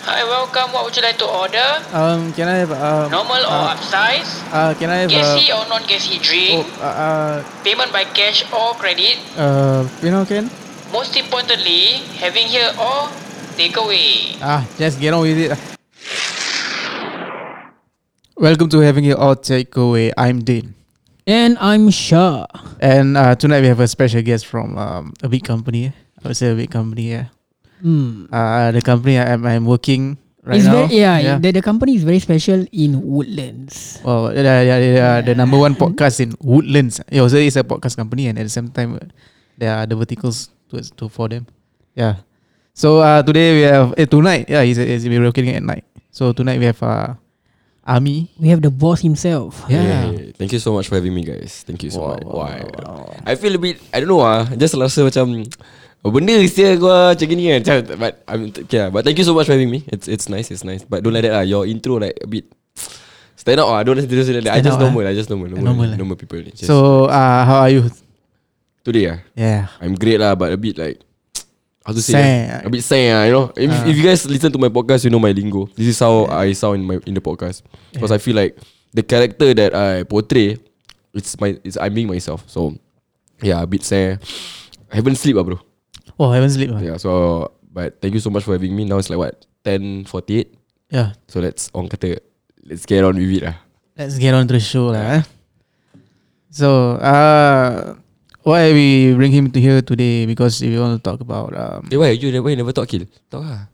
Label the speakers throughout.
Speaker 1: Hi, welcome. What would you like to order?
Speaker 2: Um, can I have um,
Speaker 1: Normal or
Speaker 2: uh,
Speaker 1: upsize?
Speaker 2: uh, can I have uh,
Speaker 1: Gassy or non-gassy drink?
Speaker 2: oh, uh,
Speaker 1: Payment by cash or credit?
Speaker 2: uh, uh, you know, can
Speaker 1: Most importantly, having here or takeaway.
Speaker 2: ah just get on with it. lah. Welcome to having your all takeaway. I'm Dean,
Speaker 3: And I'm sure.
Speaker 2: and uh, tonight we have a special guest from um, a big company. I would say a big company. Yeah,
Speaker 3: Hmm.
Speaker 2: uh, the company I'm, I'm working right
Speaker 3: it's
Speaker 2: now.
Speaker 3: very yeah,
Speaker 2: yeah.
Speaker 3: The, the company is very special in Woodlands.
Speaker 2: Well, they are, they are, they are the number one podcast in Woodlands. It also is a podcast company, and at the same time, uh, there are the verticals to, to for them. Yeah. So uh, today we have eh, tonight. Yeah, he's, he's we're recording at night. So tonight we have uh, Ami.
Speaker 3: We have the boss himself.
Speaker 2: Yeah.
Speaker 4: Thank you so much for having me guys Thank you so
Speaker 2: Wow,
Speaker 4: much
Speaker 2: wow,
Speaker 4: Why?
Speaker 2: wow, wow.
Speaker 4: I feel a bit I don't know ah Just rasa macam oh, Benda sia gua Macam gini kan Macam, But I'm, okay, lah. But thank you so much for having me It's it's nice It's nice But don't like that lah Your intro like a bit Stand out ah Don't don't say like that
Speaker 2: Stand
Speaker 4: I
Speaker 2: out,
Speaker 4: just
Speaker 2: eh?
Speaker 4: normal I just normal Normal,
Speaker 2: Normal
Speaker 4: normal,
Speaker 2: lah.
Speaker 4: people ni Just-
Speaker 2: So uh, how are you?
Speaker 4: Today ah
Speaker 2: Yeah.
Speaker 4: I'm great lah But a bit like How to say
Speaker 2: Sad. Ah.
Speaker 4: eh? A bit sad lah You know if, if you guys listen to my podcast You know my lingo This is how I sound in my in the podcast Because I feel like The character that I portray It's my it's I'm being myself So Yeah a bit sad I haven't sleep lah bro
Speaker 2: Oh, I haven't sleep. ah.
Speaker 4: Yeah so But thank you so much for having me Now it's like what 10.48
Speaker 2: Yeah.
Speaker 4: So let's on kata Let's get on with it lah
Speaker 2: Let's get on to the show lah. eh. So uh, why we bring him to here today? Because we want to talk about um,
Speaker 4: Eh why you, why you never talk kill? Talk lah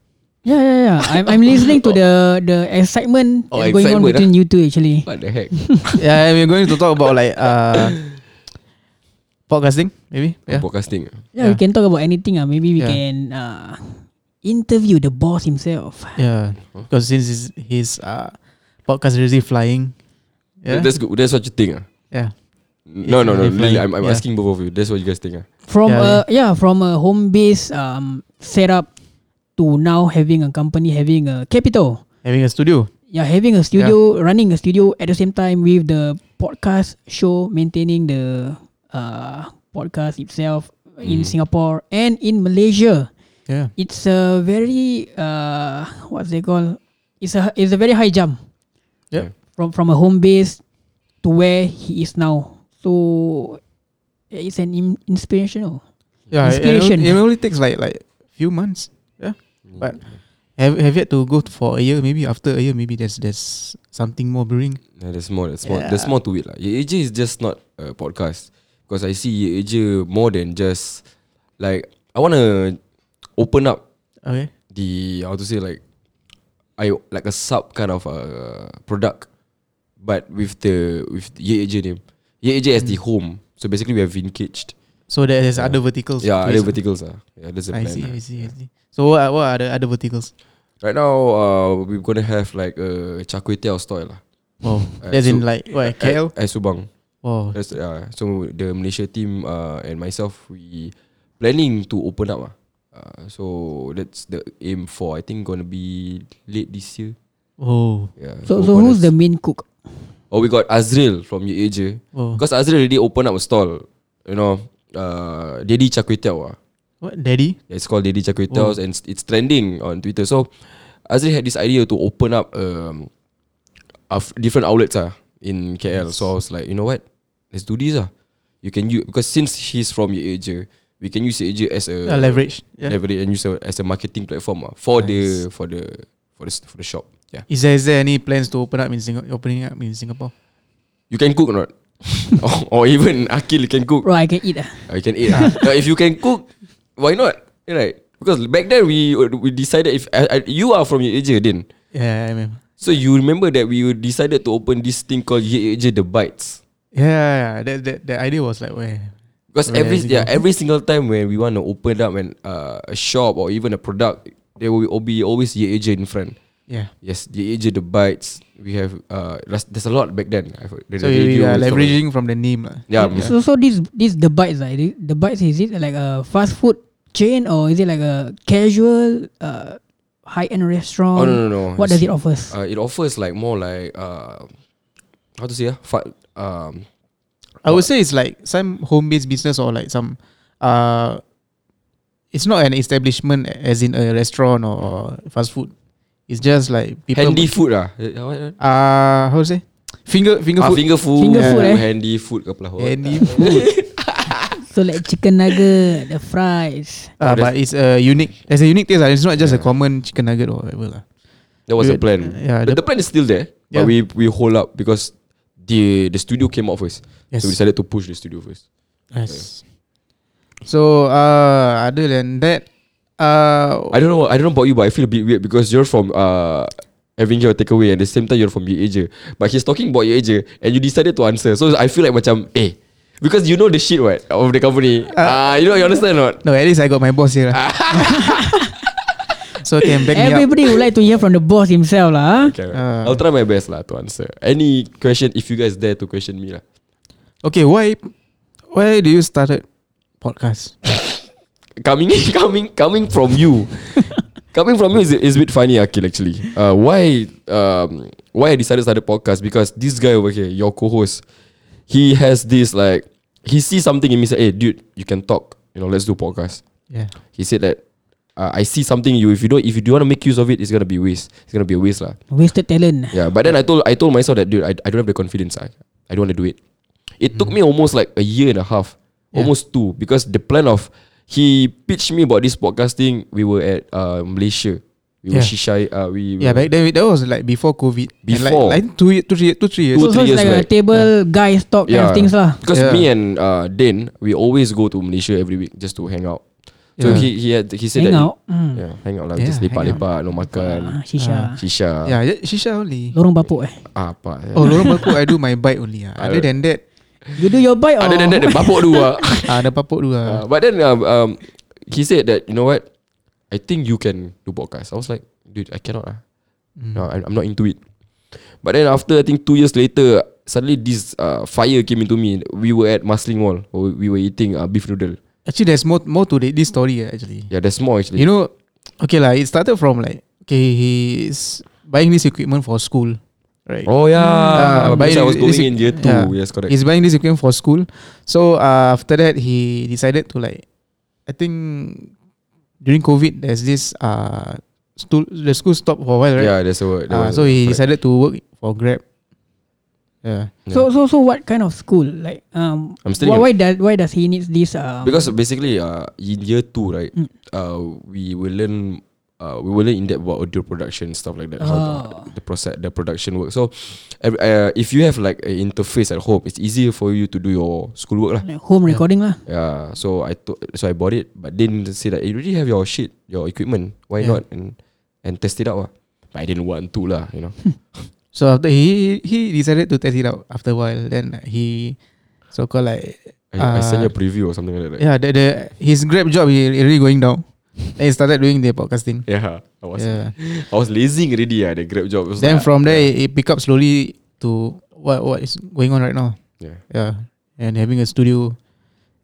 Speaker 3: Yeah, yeah, yeah. Ya, I'm, I'm listening to the the excitement
Speaker 4: Oh,
Speaker 3: that's going on
Speaker 4: excitement,
Speaker 3: between you two actually.
Speaker 4: What the heck
Speaker 2: yeah, we're going to talk about like uh podcasting, maybe. Yeah.
Speaker 4: Podcasting
Speaker 3: Yeah, we
Speaker 2: Yeah.
Speaker 3: can talk about anything. Uh. Maybe we
Speaker 2: Yeah.
Speaker 3: can uh, interview the boss himself.
Speaker 2: Yeah. Because since his his uh podcast is really flying. Yeah.
Speaker 4: That's good That's what you think ah
Speaker 2: yeah. It's
Speaker 4: No, no, no.
Speaker 2: really flying.
Speaker 4: Really, I'm, I'm
Speaker 2: Yeah.
Speaker 4: asking both of you. That's what you guys think. ah.
Speaker 3: From
Speaker 2: Yeah,
Speaker 3: a yeah, from a home base um setup to now having a company, having a capital.
Speaker 2: Having a studio.
Speaker 3: Yeah, having a studio, running a studio at the same time with the podcast show, maintaining the uh, podcast itself in Singapore and in Malaysia.
Speaker 2: Yeah.
Speaker 3: It's a very uh, what's they call? It's a it's a very high jump
Speaker 2: Yeah.
Speaker 3: from from a home base to where he is now. So it's an in- inspirational.
Speaker 2: Yeah. it- It,
Speaker 3: Inspiration.
Speaker 2: only- it only takes like like few months. Yeah. But have have yet to go for a year, maybe after a year, maybe there's there's something more brewing.
Speaker 4: Yeah, there's more. There's more. There's more to it, lah. Ye Eja is just not a podcast because I see Ye Eja more than just like I wanna open up
Speaker 2: Okay.
Speaker 4: the how to say like I like a sub kind of uh, product, but with the with the Ye Eja name. Ye Eja as
Speaker 2: Mm.
Speaker 4: the home. So basically, we have vincaged.
Speaker 2: So there- there's other verticals. to
Speaker 4: Yeah, other
Speaker 2: it.
Speaker 4: verticals. Ah, yeah, that's the
Speaker 2: I
Speaker 4: plan.
Speaker 2: see,
Speaker 4: ah.
Speaker 2: I see, I see. So what are, what are the other verticals?
Speaker 4: Right now, uh, we're gonna have like a char kway teow style lah.
Speaker 2: Wow.
Speaker 4: Uh,
Speaker 2: As in
Speaker 4: so- uh,
Speaker 2: like what,
Speaker 4: At-
Speaker 2: KL?
Speaker 4: At Subang.
Speaker 2: Wow.
Speaker 4: That's, uh, so the Malaysia team uh, and myself we planning to open up ah. Uh, so that's the aim for I think gonna be late this year.
Speaker 2: Oh.
Speaker 4: Yeah.
Speaker 3: So so who's the
Speaker 4: gonna-
Speaker 3: main cook?
Speaker 4: Oh we got Azril from Ye Asia.
Speaker 2: Oh.
Speaker 4: Because Azril already opened up a stall. You know, uh Daddy Char Kway Teow ah.
Speaker 2: What daddy?
Speaker 4: It's called Daddy Char Kway
Speaker 2: Hmm.
Speaker 4: Teows and it's- it's trending on Twitter. So Azril had this idea to open up um of different outlets ah in KL. So I was like, you know what? Let's do this ah. You can use because since he's from Ye Asia, we can use Ye Asia as a
Speaker 2: Uh, leverage. Yeah.
Speaker 4: leverage and use a, as a marketing platform ah for the for the for the s- for the shop. Yeah.
Speaker 2: Is there is there any plans to open up in Singapore? Opening up in Singapore?
Speaker 4: You can cook or not? or, or even Akil you can cook.
Speaker 3: Bro, I can eat. ah.
Speaker 4: Uh, you can eat. ah. Uh, if you can cook, why not? Right. Because back then we we decided if I, I, you are from eh, Ye Asia then.
Speaker 2: Yeah, I mean,
Speaker 4: So you remember that we decided to open this thing called Ye Eja The Bites.
Speaker 2: yeah, yeah. That that the idea was like where.
Speaker 4: Because
Speaker 2: Where
Speaker 4: every
Speaker 2: did you
Speaker 4: yeah, every single time when we want to open up an, uh, a shop or even a product, there will be always Ye Eja in front.
Speaker 2: Yeah.
Speaker 4: Yes, Ye Eja The Bites. We have uh, there's, there's a lot back then. I've heard. The
Speaker 2: So we, we
Speaker 4: radio
Speaker 2: are
Speaker 4: is all-
Speaker 2: leveraging from the name lah.
Speaker 4: Yeah,
Speaker 3: So so this this the bites like the bites is it like a fast food chain or is it like a casual uh, high end
Speaker 4: Oh,
Speaker 3: restaurant?
Speaker 4: no, no, no.
Speaker 3: um, What does it offers?
Speaker 4: uh, it offers like more like uh, how to say ah, Fa- um,
Speaker 2: I would say it's like some home based business or like some uh it's not an establishment as in a restaurant or fast food. It's just like people
Speaker 4: Handy food lah Eh, what- what?
Speaker 2: Uh, how to say? Finger finger
Speaker 4: Ah,
Speaker 2: food.
Speaker 4: Finger food
Speaker 3: Finger food, eh.
Speaker 4: Handy food ke pula
Speaker 2: Handy food.
Speaker 3: So like chicken nugget, the fries.
Speaker 2: Ah, but it's a unique. There's a unique taste. lah. It's not just a common chicken nugget or whatever lah.
Speaker 4: That was the
Speaker 2: Good.
Speaker 4: plan.
Speaker 2: Yeah,
Speaker 4: Mm. the,
Speaker 2: the-
Speaker 4: the plan is still there,
Speaker 2: Yeah.
Speaker 4: but we we hold up because the the studio came out first,
Speaker 2: Yes.
Speaker 4: so we decided to push the studio first.
Speaker 2: Yes. So uh, other than that, uh,
Speaker 4: I don't know. I don't know about you, but I feel a bit weird because you're from uh. Avenger takeaway and the same time you're from your Asia. But he's talking about your Asia and you decided to answer. So I feel like macam eh because you know the shit right of the company.
Speaker 2: Uh,
Speaker 4: Ah, you know you understand or not?
Speaker 2: no, at least I got my boss here. lah. so can back me up.
Speaker 3: Everybody would like to hear from the boss himself lah.
Speaker 4: Okay,
Speaker 2: Ah.
Speaker 4: I'll try my best lah to answer any question if you guys dare to question me lah.
Speaker 2: Okay, why why do you started podcast?
Speaker 4: coming coming coming from you coming from you is, is a bit funny Akil actually uh, why um, why I decided to start a podcast because this guy over here your co-host he has this like he sees something in me say hey dude you can talk you know let's do podcast
Speaker 2: Yeah.
Speaker 4: he said that uh, I see something in you if you don't if you do want to make use of it it's gonna be waste it's gonna be a waste lah
Speaker 3: Wasted talent.
Speaker 4: yeah, but then I told I told myself that dude, I, I don't have the confidence. I I don't want to do it.
Speaker 2: Mm.
Speaker 4: It took me almost like a year and a half, almost two, because the plan of he pitched me about this podcasting. We were at uh, Malaysia. We were
Speaker 2: Yeah.
Speaker 4: Shishai. Uh, we
Speaker 2: Yeah, back then that was like before COVID. And like,
Speaker 4: Before.
Speaker 2: like two, ye- two, three, two, three years.
Speaker 4: Two,
Speaker 3: So, so
Speaker 4: three
Speaker 3: it's
Speaker 4: years
Speaker 3: like a
Speaker 4: back.
Speaker 3: table guys talk kind of things lah.
Speaker 4: Because
Speaker 2: Yeah.
Speaker 4: me and uh, Dan, we always go to Malaysia every week just to hang out. So
Speaker 2: Yeah.
Speaker 4: he he had he said
Speaker 3: Hang
Speaker 4: that
Speaker 3: out.
Speaker 4: He,
Speaker 3: Mm.
Speaker 4: yeah, kan. hang out lah.
Speaker 2: Yeah,
Speaker 4: just
Speaker 2: hang out.
Speaker 4: lepak-lepak, no makan,
Speaker 3: Ah, shisha.
Speaker 4: shisha,
Speaker 2: Yeah, yeah, Shisha only.
Speaker 3: Lorong bapuk eh.
Speaker 4: ah, apa.
Speaker 2: Oh, lorong baku I do my bike only. Ah. Other than that,
Speaker 3: You do your bike or
Speaker 4: Other than that,
Speaker 2: Oh.
Speaker 4: the babok tu ah.
Speaker 2: ah, ada papuk dua.
Speaker 4: Uh, but then um, um, he said that you know what, I think you can do podcast. I was like, dude, I cannot. ah.
Speaker 2: Hmm.
Speaker 4: No, I'm, I'm not into it. But then after I think two years later, suddenly this uh, fire came into me. We were at Muslim Mall. Where we were eating uh, beef noodle.
Speaker 2: Actually, there's more more to the, this story eh, actually.
Speaker 4: Yeah, that's more actually.
Speaker 2: You know, okay lah. It started from like okay, he's buying this equipment for school, right?
Speaker 4: oh yeah,
Speaker 2: Ah, but
Speaker 4: because I
Speaker 2: it-
Speaker 4: was
Speaker 2: it-
Speaker 4: going
Speaker 2: it's-
Speaker 4: in year two.
Speaker 2: yeah.
Speaker 4: Yes, correct.
Speaker 2: He's buying this equipment for school. So uh, after that, he decided to like, I think during COVID, there's this uh, school the school stopped for a while, right?
Speaker 4: Yeah, that's a word.
Speaker 2: Uh,
Speaker 4: that was-
Speaker 2: so he
Speaker 4: correct.
Speaker 2: decided to work for Grab. Yeah.
Speaker 3: So so so what kind of school like um
Speaker 4: I'm still
Speaker 3: why,
Speaker 4: in-
Speaker 3: why does why does he needs this um
Speaker 4: because basically uh, in year two right
Speaker 2: Mm.
Speaker 4: uh, we will learn uh, we will learn in depth about audio production stuff like that how
Speaker 2: Ah.
Speaker 4: the, the process the production work so ev- uh, if you have like an interface at home it's easier for you to do your schoolwork lah
Speaker 3: like home recording lah.
Speaker 4: yeah so I to- so I bought it but then they say that you already have your shit your equipment why
Speaker 2: Yeah.
Speaker 4: not and and test it out lah. but I didn't want to lah you know
Speaker 2: So after he he decided to test it out after a while, then he so called like
Speaker 4: I, I sent you a preview or something like that right?
Speaker 2: Ah. Yeah, the, the his grab job he really going down. Then he started doing the podcasting.
Speaker 4: yeah I was
Speaker 2: Yeah.
Speaker 4: I was lazing already yeah, the grab job It was
Speaker 2: Then
Speaker 4: like-
Speaker 2: from there it pick up slowly to what what is going on right now.
Speaker 4: yeah
Speaker 2: Yeah. And having a studio,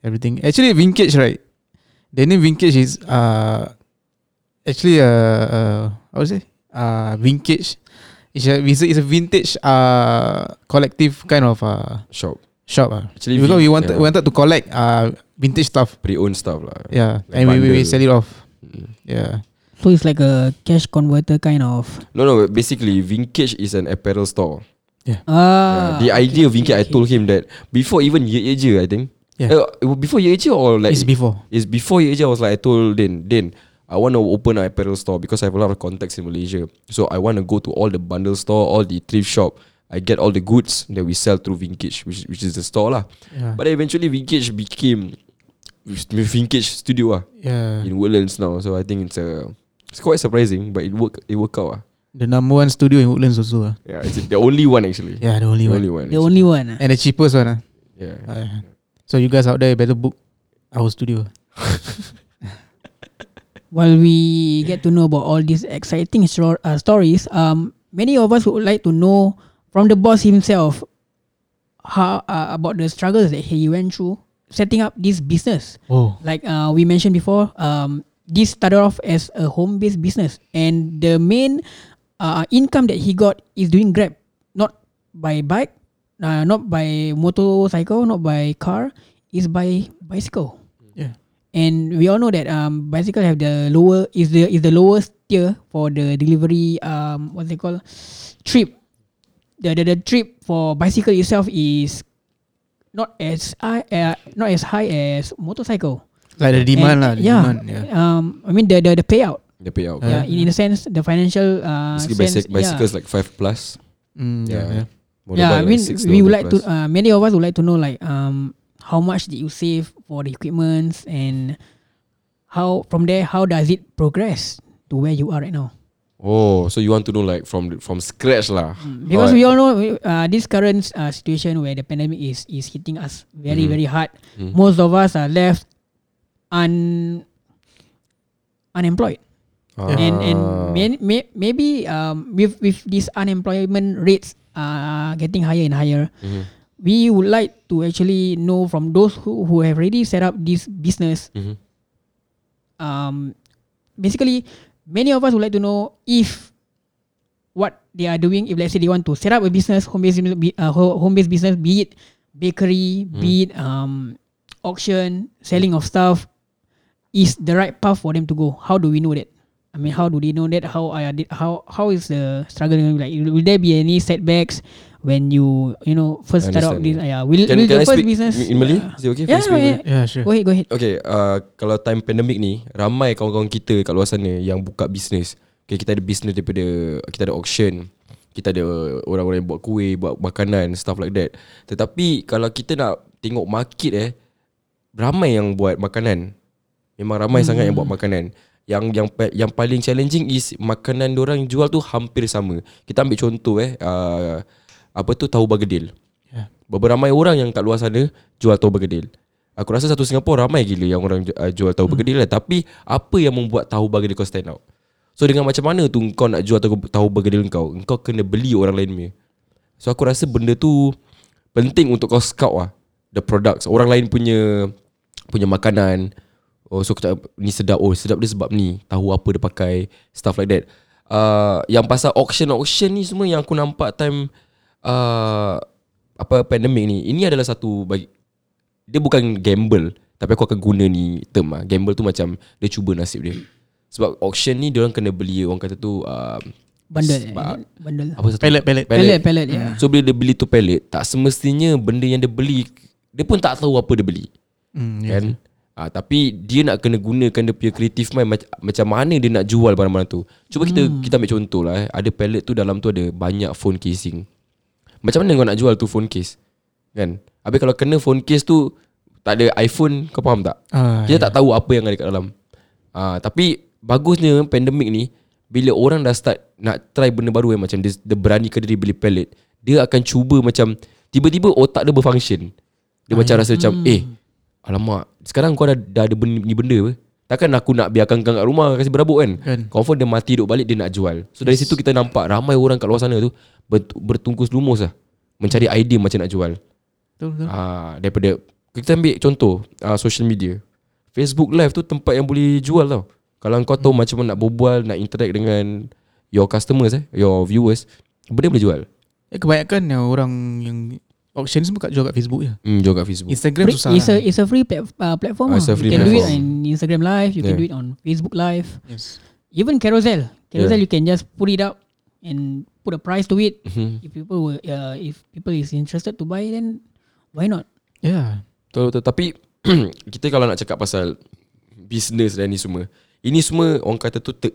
Speaker 2: everything. Actually Vintage, right? The name Vintage is uh actually uh, uh how to say? Uh Vintage. It's a, it's a- it's a vintage uh collective kind of uh
Speaker 4: shop
Speaker 2: shop uh.
Speaker 4: Actually,
Speaker 2: because we
Speaker 4: vin-
Speaker 2: wanted
Speaker 4: yeah.
Speaker 2: we wanted to collect uh vintage stuff.
Speaker 4: pre-owned stuff lah
Speaker 2: Yeah.
Speaker 4: Like
Speaker 2: and we, we, we
Speaker 4: bundle.
Speaker 2: sell it off.
Speaker 4: Mm.
Speaker 2: Yeah.
Speaker 3: So it's like a cash converter kind of
Speaker 4: No, no. Basically, Vinkage is an apparel store. Uh,
Speaker 3: ah
Speaker 4: the idea of Vinkage, I
Speaker 3: okay,
Speaker 4: told him that before even Ye Aja, I think.
Speaker 2: Yeah.
Speaker 4: Uh, before Ye Aja or like
Speaker 2: it's before.
Speaker 4: it's before Ye Aja, I was like I told Dan, Dan, I want to open an apparel store because I have a lot of contacts in Malaysia. So I want to go to all the bundle store, all the thrift shop. I get all the goods that we sell through Vinkage, which which is the store lah.
Speaker 2: Yeah.
Speaker 4: But eventually Vinkage became Vinkage Studio ah
Speaker 2: yeah.
Speaker 4: in Woodlands now. So I think it's a it's quite surprising, but it work it worked out ah.
Speaker 2: The number one studio in Woodlands also. ah.
Speaker 4: Yeah, it's the only one actually.
Speaker 2: Yeah, the only
Speaker 4: The
Speaker 2: one.
Speaker 4: only one.
Speaker 3: the only one ah.
Speaker 2: And the cheapest one. ah.
Speaker 4: Yeah.
Speaker 2: Uh, so you guys out there better book our studio.
Speaker 3: while we get to know about all these exciting stro- uh, stories, um, many of us would like to know from the boss himself how uh, about the struggles that he went through setting up this business.
Speaker 2: Oh.
Speaker 3: Like uh, we mentioned before, um, this started off as a home-based business, and the main uh, income that he got is doing Grab, not by bike, uh, not by motorcycle, not by car, is by bicycle
Speaker 2: Yeah.
Speaker 3: and we all know that um bicycle have the lower is the is the lowest tier for the delivery um what they call trip. The, the the trip for bicycle itself is not as high uh, not as high as motorcycle.
Speaker 2: Like the demand
Speaker 3: And-
Speaker 2: lah. the
Speaker 3: yeah,
Speaker 2: Demand, yeah. Uh-huh.
Speaker 3: Um, I mean the the, the payout.
Speaker 4: the payout.
Speaker 3: Yeah, in, in a sense, the financial uh,
Speaker 4: Basically,
Speaker 3: sense,
Speaker 4: bicyc-
Speaker 3: yeah.
Speaker 4: bicycles like five plus.
Speaker 2: Mm, yeah. yeah.
Speaker 3: yeah, I
Speaker 4: Motorbike, like
Speaker 3: mean,
Speaker 4: six
Speaker 3: we would
Speaker 4: dollar
Speaker 3: like to.
Speaker 4: plus.
Speaker 3: Uh, many of us would like to know, like, um, how much did you save for the equipments, and how from there, how does it progress to where you are right now?
Speaker 4: Oh, so you want to know like from the- from scratch lah?
Speaker 3: Mm, Because
Speaker 4: Alright.
Speaker 3: we all know we- uh, this current uh, situation where the pandemic is is hitting us very
Speaker 4: Mm-hmm.
Speaker 3: very hard. Most of us are left un unemployed.
Speaker 4: Ah.
Speaker 3: and and may, may, maybe um, with with these unemployment rates uh, getting higher and higher, we would like to actually know from those who, who have already set up this business.
Speaker 4: Mhm.
Speaker 3: Um, basically, many of us would like to know if what they are doing. If let's say they want to set up a business, home based uh, home based business, be it bakery,
Speaker 4: Hmm.
Speaker 3: be it um, auction, selling of stuff, is the right path for them to go? How do we know that? I mean, how do they know that? How are they, how how is the struggle going to be like? Will there be any setbacks when you you know first
Speaker 4: I
Speaker 3: start out this?
Speaker 4: understand.
Speaker 3: Yeah, will,
Speaker 4: Can, can
Speaker 3: will the
Speaker 4: I
Speaker 3: first
Speaker 4: speak
Speaker 3: business
Speaker 4: in Malay?
Speaker 3: Yeah.
Speaker 4: Is it okay? if I
Speaker 3: Yeah,
Speaker 4: speak
Speaker 3: yeah.
Speaker 4: Malay?
Speaker 2: Yeah, sure.
Speaker 3: Go ahead, go ahead.
Speaker 4: Okay, uh, kalau time pandemic ni, ramai kawan-kawan kita kat luar sana yang buka bisnes. Okay, kita ada bisnes daripada, kita ada auction, kita ada uh, orang-orang yang buat kuih, buat makanan, stuff like that. Tetapi kalau kita nak tengok market eh, ramai yang buat makanan. Memang ramai hmm. sangat yang buat makanan. Yang yang pa- yang paling challenging is makanan orang jual tu hampir sama. Kita ambil contoh eh, uh, apa tu tahu bagedil. Berapa ramai orang yang kat luar sana jual tahu bergedil. Aku rasa satu Singapura ramai gila yang orang ju- uh, jual tahu bergedil lah. Tapi apa yang membuat tahu bergedil kau stand out? So dengan macam mana tu kau nak jual tahu, tahu bergedil kau? Kau kena beli orang lain punya. So aku rasa benda tu penting untuk kau scout lah. The products. Orang lain punya punya makanan. Oh, so kita, ni sedap. Oh, sedap dia sebab ni. Tahu apa dia pakai. Stuff like that. Uh, yang pasal auction-auction ni semua yang aku nampak time uh, apa pandemic ni. Ini adalah satu bagi, dia bukan gamble tapi aku akan guna ni term lah. Gamble tu macam dia cuba nasib dia. Sebab auction ni dia orang kena beli orang kata tu uh,
Speaker 3: Bundle,
Speaker 4: sebab-
Speaker 3: bundle.
Speaker 4: apa satu
Speaker 2: Pallet, pallet.
Speaker 3: Pallet, pallet, yeah.
Speaker 4: So bila dia beli tu pallet, tak semestinya benda yang dia beli dia pun tak tahu apa dia beli.
Speaker 2: Mm, yeah.
Speaker 4: Kan? Ah tapi dia nak kena gunakan dia punya creative mind mac- macam mana dia nak jual barang-barang tu. Cuba kita kita ambil contoh lah eh. Ada pallet tu dalam tu ada banyak phone casing. Macam mana kau nak jual tu phone case? Kan? Habis kalau kena phone case tu tak ada iPhone kau faham tak?
Speaker 2: Ah,
Speaker 4: Kita tak tahu apa yang ada kat dalam. Ah, tapi bagusnya pandemik ni bila orang dah start nak try benda baru eh, macam dia, dia berani ke diri beli pallet, dia akan cuba macam tiba-tiba otak dia berfunction. Dia macam rasa macam eh alamak sekarang kau dah, dah ada benda, ni benda apa? Takkan aku nak biarkan kau kat rumah kasi berabuk kan?
Speaker 2: Kan.
Speaker 4: Confirm dia mati duduk balik dia nak jual. So dari situ kita nampak ramai orang kat luar sana tu bert- bertungkus lumus lah mencari idea macam nak jual.
Speaker 2: Betul, betul.
Speaker 4: Ah, daripada kita ambil contoh ah, social media. Facebook live tu tempat yang boleh jual tau. Kalau kau tahu macam mana nak berbual, nak interact dengan your customers eh, your viewers, benda boleh jual.
Speaker 2: Eh, kebanyakan yang orang yang auction semua kat jual kat Facebook je.
Speaker 4: Hmm, jual kat Facebook.
Speaker 2: Instagram
Speaker 3: Free,
Speaker 2: susah.
Speaker 3: it's a
Speaker 2: lah.
Speaker 3: it's a free plat, uh, platform.
Speaker 4: Ah,
Speaker 3: lah.
Speaker 4: it's a free
Speaker 3: you can do it
Speaker 4: platform.
Speaker 3: on Instagram Live. You can
Speaker 4: Yeah.
Speaker 3: do it on Facebook Live.
Speaker 2: yes.
Speaker 3: Even Carousel. Carousel,
Speaker 4: Yeah.
Speaker 3: you can just put it up and put a price to it.
Speaker 4: Mhm.
Speaker 3: If people were, uh, if people is interested to buy, then why not?
Speaker 2: Yeah.
Speaker 4: Betul betul tapi kita kalau nak cakap pasal business dan ni semua, ini semua orang kata tu ter,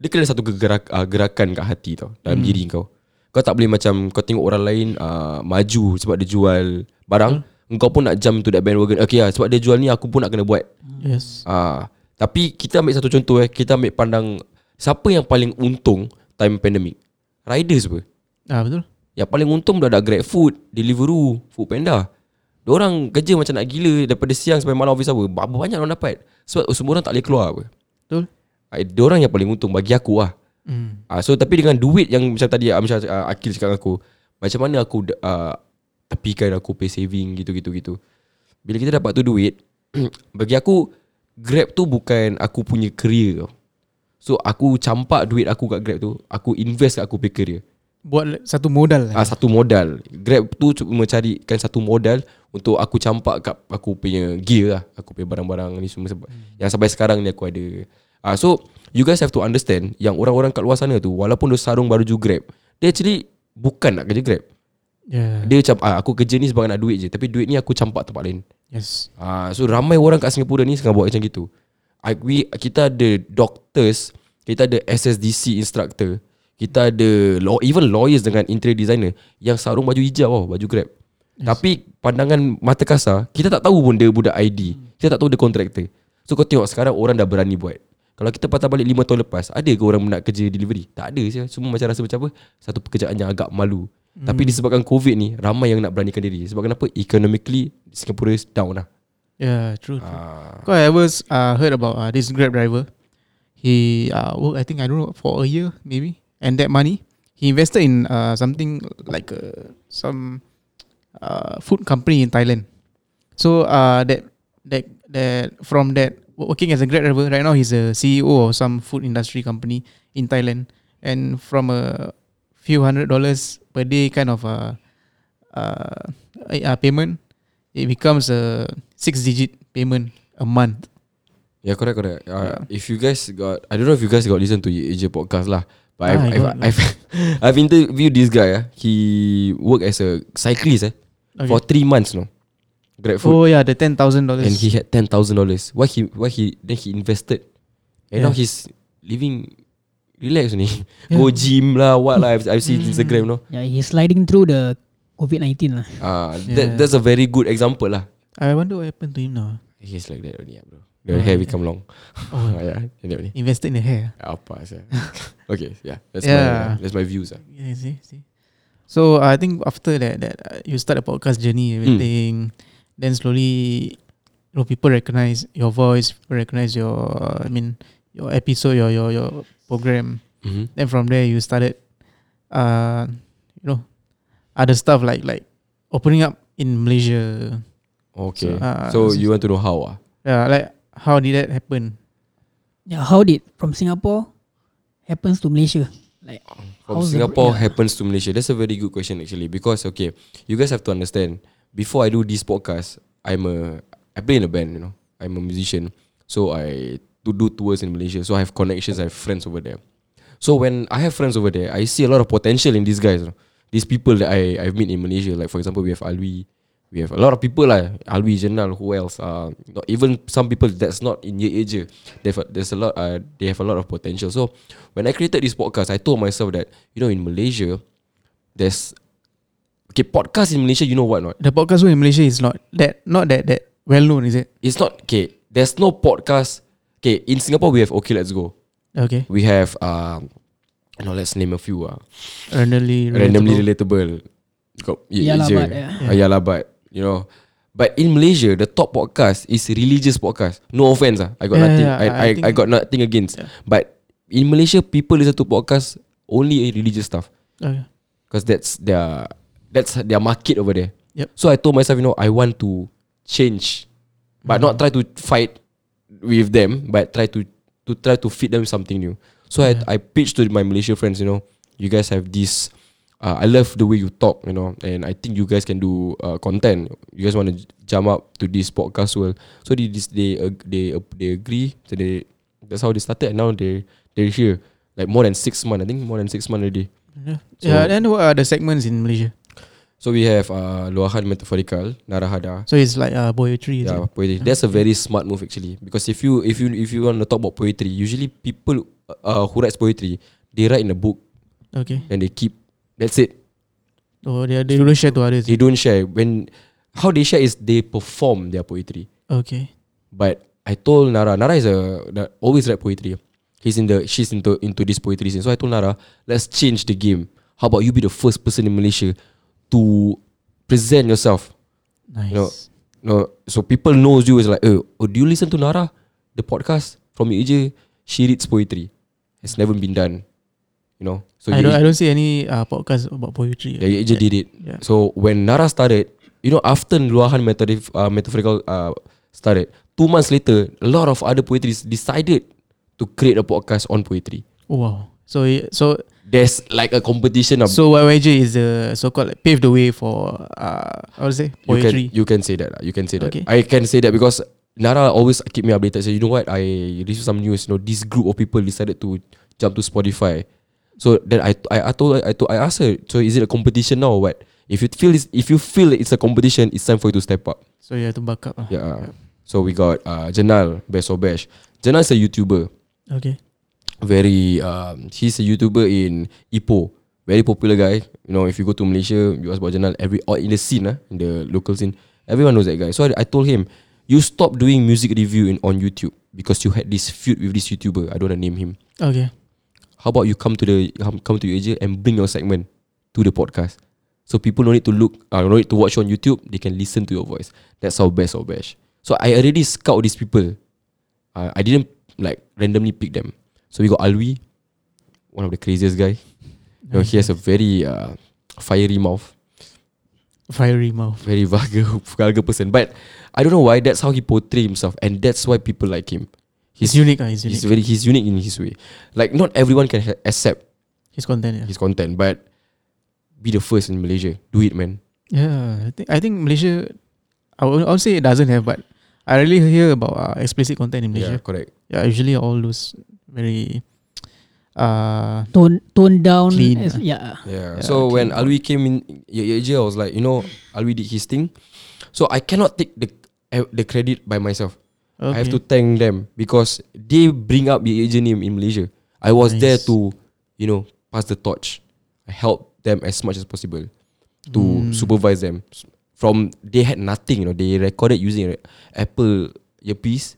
Speaker 4: dia kena satu gerak, uh, gerakan kat hati tau dalam diri kau. Kau tak boleh macam kau tengok orang lain uh, maju sebab dia jual barang, kau pun nak jump to that bandwagon. Okay lah, sebab dia jual ni aku pun nak kena buat.
Speaker 2: Yes.
Speaker 4: Ah, tapi kita ambil satu contoh eh, kita ambil pandang siapa yang paling untung time pandemic? Riders apa?
Speaker 2: Ah betul.
Speaker 4: Yang paling untung dah ada GrabFood, Deliveroo, Foodpanda. Diorang kerja macam nak gila daripada siang sampai malam office hour. Berapa banyak orang dapat? Sebab oh, semua orang tak boleh keluar apa.
Speaker 2: Betul.
Speaker 4: Ah, Diorang yang paling untung bagi aku lah.
Speaker 2: Mm.
Speaker 4: Ah, so tapi dengan duit yang macam tadi ah, macam ah, Akil cakap dengan aku, macam mana aku uh, tepikan aku pay saving gitu-gitu gitu. Bila kita dapat tu duit, bagi aku Grab tu bukan aku punya career tau. So aku campak duit aku kat Grab tu, aku invest kat aku punya career.
Speaker 2: Buat satu modal
Speaker 4: Ah
Speaker 2: lah.
Speaker 4: satu modal. Grab tu cuma carikan satu modal untuk aku campak kat aku punya gear lah, aku punya barang-barang ni semua sebab. Yang sampai sekarang ni aku ada. Ah so you guys have to understand yang orang-orang kat luar sana tu walaupun dia sarung baru ju Grab, dia actually bukan nak kerja Grab.
Speaker 2: Yeah.
Speaker 4: Dia macam ah, aku kerja ni sebagai nak duit je tapi duit ni aku campak tempat lain.
Speaker 2: Yes.
Speaker 4: Ah, so ramai orang kat Singapura ni sekarang buat macam gitu. I, we, kita ada doctors, kita ada SSDC instructor, kita ada law, even lawyers dengan interior designer yang sarung baju hijau tau, baju Grab. Yes. Tapi pandangan mata kasar, kita tak tahu pun dia budak ID. Kita tak tahu dia kontraktor. So kau tengok sekarang orang dah berani buat. Kalau kita patah balik 5 tahun lepas, ada ke orang nak kerja delivery? Tak ada saja. Semua macam rasa macam apa? Satu pekerjaan yang agak malu. Mm. Tapi disebabkan COVID ni, ramai yang nak beranikan diri. Sebab kenapa? Economically, Singapura is down lah.
Speaker 2: Yeah, true. true. Cause I was uh, heard about uh, this Grab driver. He uh, worked, I think, I don't know, for a year maybe. And that money, he invested in uh, something like uh, some uh, food company in Thailand. So uh, that that that from that wo- working as a Grab driver, right now he's a CEO of some food industry company in Thailand. And from a few hundred dollars per day kind of uh, uh, eh, uh, payment, it becomes a six digit payment a month.
Speaker 4: Yeah, correct, correct. Uh, If you guys got, I don't know if you guys got listen to Ye Asia podcast lah, but I've,
Speaker 2: Ah, I
Speaker 4: I've,
Speaker 2: got,
Speaker 4: I've, I've interviewed this guy. Ah, he work as a cyclist eh,
Speaker 2: Okay.
Speaker 4: for three months no, grab food,
Speaker 2: Oh yeah, the ten thousand dollars.
Speaker 4: and he had ten thousand dollars. Why he, why he, then he invested, and now
Speaker 2: Yeah.
Speaker 4: he's living relax ni. Go gym lah, what lah. I've, I've seen
Speaker 2: Mm.
Speaker 4: Instagram no.
Speaker 3: Yeah, he's sliding through the COVID-19 lah.
Speaker 4: Ah,
Speaker 2: Yeah.
Speaker 4: that, that's a very good example lah.
Speaker 2: I wonder what happened to him now.
Speaker 4: He's like that only, ah, bro. The hair become long. Oh yeah, like that only.
Speaker 2: Invested in the hair.
Speaker 4: Apa sah. eh? Okay, yeah. That's
Speaker 2: Yeah.
Speaker 4: my that's my views ah.
Speaker 2: Yeah, see, see. So I think after that, that uh, you start a podcast
Speaker 4: Hmm.
Speaker 2: journey, everything, then slowly, you know, people recognize your voice, people recognize your, I mean, your episode, your your your program.
Speaker 4: Mm-hmm.
Speaker 2: Then from there, you started, uh, you know, other stuff like like opening up in Malaysia.
Speaker 4: Okay. So,
Speaker 2: So, ah,
Speaker 4: so
Speaker 2: so-
Speaker 4: you want to know how ah?
Speaker 2: Yeah, like how did that happen?
Speaker 3: Yeah, how did from Singapore happens to Malaysia? Like
Speaker 4: From
Speaker 3: How's the-
Speaker 4: Singapore
Speaker 3: yeah.
Speaker 4: happens to Malaysia. That's a very good question actually because okay, you guys have to understand. Before I do this podcast, I'm a I play in a band. You know, I'm a musician, so I to do tours in Malaysia. So I have connections. I have friends over there. So when I have friends over there, I see a lot of potential in these guys. you know. These people that I I've met in Malaysia, like for example, we have Alwi, we have a lot of people lah. Alwi, Jenal, who else? Uh, not even some people that's not in Ye Asia. They've a- there's a lot. Uh, they have a lot of potential. So when I created this podcast, I told myself that you know in Malaysia, there's okay podcast in Malaysia. You know what not?
Speaker 2: The podcast world in Malaysia is not that not that that well known, is it?
Speaker 4: It's not okay. There's no podcast. Okay, in Singapore we have okay, let's go.
Speaker 2: Okay,
Speaker 4: We have um, you know, let's name a few. Uh,
Speaker 2: randomly,
Speaker 4: randomly
Speaker 2: relatable.
Speaker 4: relatable. Got yeah,
Speaker 3: Yalah,
Speaker 4: je.
Speaker 3: but, yeah.
Speaker 4: Ah, Yalah but you know. But in Malaysia, the top podcast is religious podcast. No offense ah, I got
Speaker 2: Yeah,
Speaker 4: nothing.
Speaker 2: yeah,
Speaker 4: I,
Speaker 2: I
Speaker 4: I, I,
Speaker 2: think-
Speaker 4: got nothing against. But in Malaysia, people listen to podcast only religious stuff
Speaker 2: Okay.
Speaker 4: because that's their that's their market over there.
Speaker 2: Yep.
Speaker 4: So I told myself, you know, I want to change, but not try to fight with them, but try to to try to feed them something new. So I I pitched to my Malaysia friends, you know, you guys have this. Uh, I love the way you talk, you know, and I think you guys can do uh, content. You guys want to jump up to this podcast world. So they this, they ag- they ap- they agree. So they that's how they started, and now they they're here like more than six months. I think more than six months already.
Speaker 2: Yeah.
Speaker 4: So-
Speaker 2: yeah, then what are the segments in Malaysia?
Speaker 4: So we have uh, Luahan Metaphorical, Narahada.
Speaker 2: So it's like uh, poetry. Is
Speaker 4: Yeah,
Speaker 2: it?
Speaker 4: poetry. That's a very smart move actually because if you if you if you want to talk about poetry, usually people uh, who writes poetry they write in a book
Speaker 2: Okay.
Speaker 4: and they keep. That's it.
Speaker 2: Oh, they, they don't share to others.
Speaker 4: They don't share. When how they share is they perform their poetry.
Speaker 2: Okay.
Speaker 4: But I told Nara, Nara is a that always write poetry. He's in the she's into into this poetry scene. So I told Nara, let's change the game. How about you be the first person in Malaysia to present yourself
Speaker 2: Nice.
Speaker 4: You know, no, so people knows you is like, oh, oh, do you listen to Nara, the podcast from EJ? She reads poetry. It's never been done, you know. So
Speaker 2: I
Speaker 4: Ye-
Speaker 2: don't. I don't see any uh, podcast about poetry.
Speaker 4: yeah, Ye Ije did it.
Speaker 2: Yeah.
Speaker 4: So when Nara started, you know, after Luahan Metaphor- uh, Metaphorical uh, started, two months later, a lot of other poetries decided to create a podcast on poetry.
Speaker 2: Oh, wow. So it- so
Speaker 4: There's like a competition of
Speaker 2: so YYJ is the so-called like, paved the way for uh, I would say
Speaker 4: you can
Speaker 2: poetry.
Speaker 4: you can say that lah. you can say that
Speaker 2: Okay.
Speaker 4: I can say that because Nara always keep me updated. So you know what? I received some news. You know, this group of people decided to jump to Spotify. So then I I, I told her- I told, I asked her. So is it a competition now or what? If you feel it's, if you feel it's a competition, it's time for you to step up.
Speaker 2: So you have to buck up. uh. lah.
Speaker 4: Yeah. So we got uh, Janal Best of Bash. Janal's a YouTuber.
Speaker 2: Okay.
Speaker 4: Very um, he's a YouTuber in Ipoh. Very popular guy. You know, if you go to Malaysia, you ask about Janal every or in the scene, ah, in the local scene, everyone knows that guy. So I, I told him, you stop doing music review in, on YouTube because you had this feud with this YouTuber. I don't want to name him.
Speaker 2: Okay.
Speaker 4: How about you come to the come- come to your agent and bring your segment to the podcast, so people don't need to look, uh, don't need to watch on YouTube. They can listen to your voice. That's how best or bash. So I already scout these people. Uh, I didn't like randomly pick them. So we got Alwi, one of the craziest guy. You know, he has a very uh, fiery mouth,
Speaker 2: Fiery mouth.
Speaker 4: very vulgar, vulgar person. But I don't know why. That's how he portray himself, and that's why people like him.
Speaker 2: He's unique. ah, He's unique.
Speaker 4: He's very he's unique in his way. Like not everyone can ha- accept
Speaker 2: His content. Yeah.
Speaker 4: his content. But be the first in Malaysia. Do it, man.
Speaker 2: Yeah, I think I think Malaysia, I would, I would say it doesn't have, but I really hear about uh, explicit content in Malaysia.
Speaker 4: correct.
Speaker 2: Yeah. usually all those very, uh,
Speaker 3: tone tone down.
Speaker 2: Clean,
Speaker 3: as-
Speaker 2: ah.
Speaker 3: yeah.
Speaker 4: Yeah.
Speaker 2: Yeah,
Speaker 4: so
Speaker 2: okay.
Speaker 4: when Alwi came in your year, I was like, you know, Alwi did his thing. So I cannot take the eh, the credit by myself. I have to
Speaker 2: okay.
Speaker 4: thank them because they bring up the agent name in Malaysia. I was
Speaker 2: Nice.
Speaker 4: there to, you know, pass the torch. I help them as much as possible to
Speaker 2: Hmm.
Speaker 4: supervise them. From they had nothing, you know, they recorded using a Apple earpiece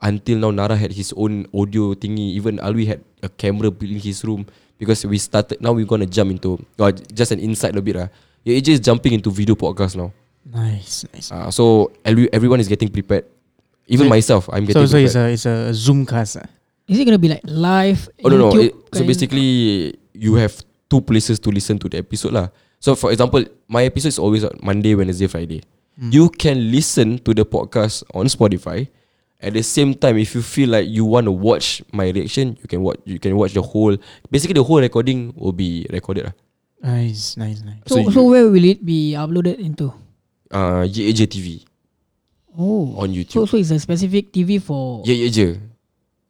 Speaker 4: until now Nara had his own audio thingy. Even Alwi had a camera built in his room because we started. Now we're gonna jump into uh, just an insight a bit lah. Your agent is jumping into video podcast now.
Speaker 2: nice, nice.
Speaker 4: Uh, so every, everyone is getting prepared. Even
Speaker 2: So-
Speaker 4: myself, I'm
Speaker 2: So
Speaker 4: getting
Speaker 2: so
Speaker 4: prepared.
Speaker 2: it's a it's a Zoom cast. ah.
Speaker 3: Is it gonna be like live?
Speaker 4: oh no no.
Speaker 3: YouTube
Speaker 4: It, so
Speaker 3: kind?
Speaker 4: basically, you have two places to listen to the episode lah. So for example, my episode is always on Monday, Wednesday, Friday.
Speaker 2: Hmm.
Speaker 4: You can listen to the podcast on Spotify. At the same time, if you feel like you want to watch my reaction, you can watch. You can watch the whole. Basically, the whole recording will be recorded lah.
Speaker 2: Nice, nice, nice.
Speaker 3: So,
Speaker 4: so
Speaker 3: so, where will it be uploaded into?
Speaker 4: Uh, Yeje TV
Speaker 3: Oh,
Speaker 4: on YouTube.
Speaker 3: so so it's a specific TV for.
Speaker 4: Yeah, yeah, je.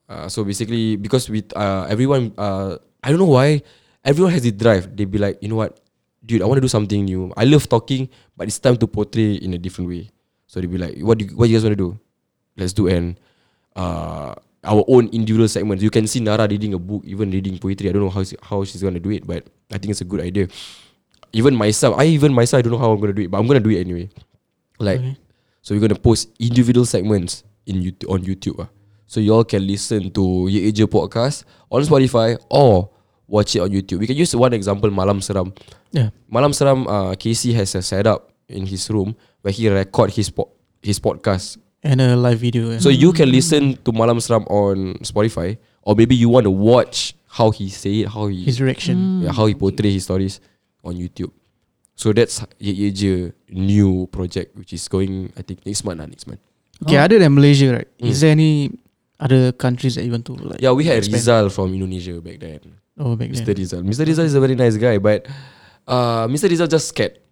Speaker 4: Uh, so basically, because with uh, everyone, uh, I don't know why everyone has the drive. They be like, you know what, dude, I want to do something new. I love talking, but it's time to portray in a different way. So they be like, what do you, what you guys want to do? Let's do an uh, our own individual segments. You can see Nara reading a book, even reading poetry. I don't know how she- how she's gonna do it, but I think it's a good idea. Even myself, I even myself, I don't know how I'm gonna do it, but I'm gonna do it anyway. Like, so we're gonna post individual segments in YouTube, on YouTube. ah. So you all can listen to Ye Eja podcast on Spotify or watch it on YouTube. We can use one example, Malam Seram.
Speaker 2: Yeah.
Speaker 4: Malam Seram, uh, Casey has a setup in his room where he record his po- his podcast
Speaker 2: And a live video. Yeah.
Speaker 4: so you can listen to Malam Seram on Spotify, or maybe you want to watch how he say it, how he
Speaker 2: his reaction.
Speaker 4: yeah, how he portray his stories on YouTube. So that's Ye Ye Je new project which is going I think next month lah, next month.
Speaker 2: Okay,
Speaker 3: Oh.
Speaker 2: other than Malaysia, right? Is there any other countries that you want to like?
Speaker 4: Mm. Yeah, we had
Speaker 2: expand?
Speaker 4: Rizal from Indonesia back then.
Speaker 2: Oh, back then.
Speaker 4: Mr. Rizal. Mr. Rizal is a very nice guy, but uh, Mr. Rizal just scared.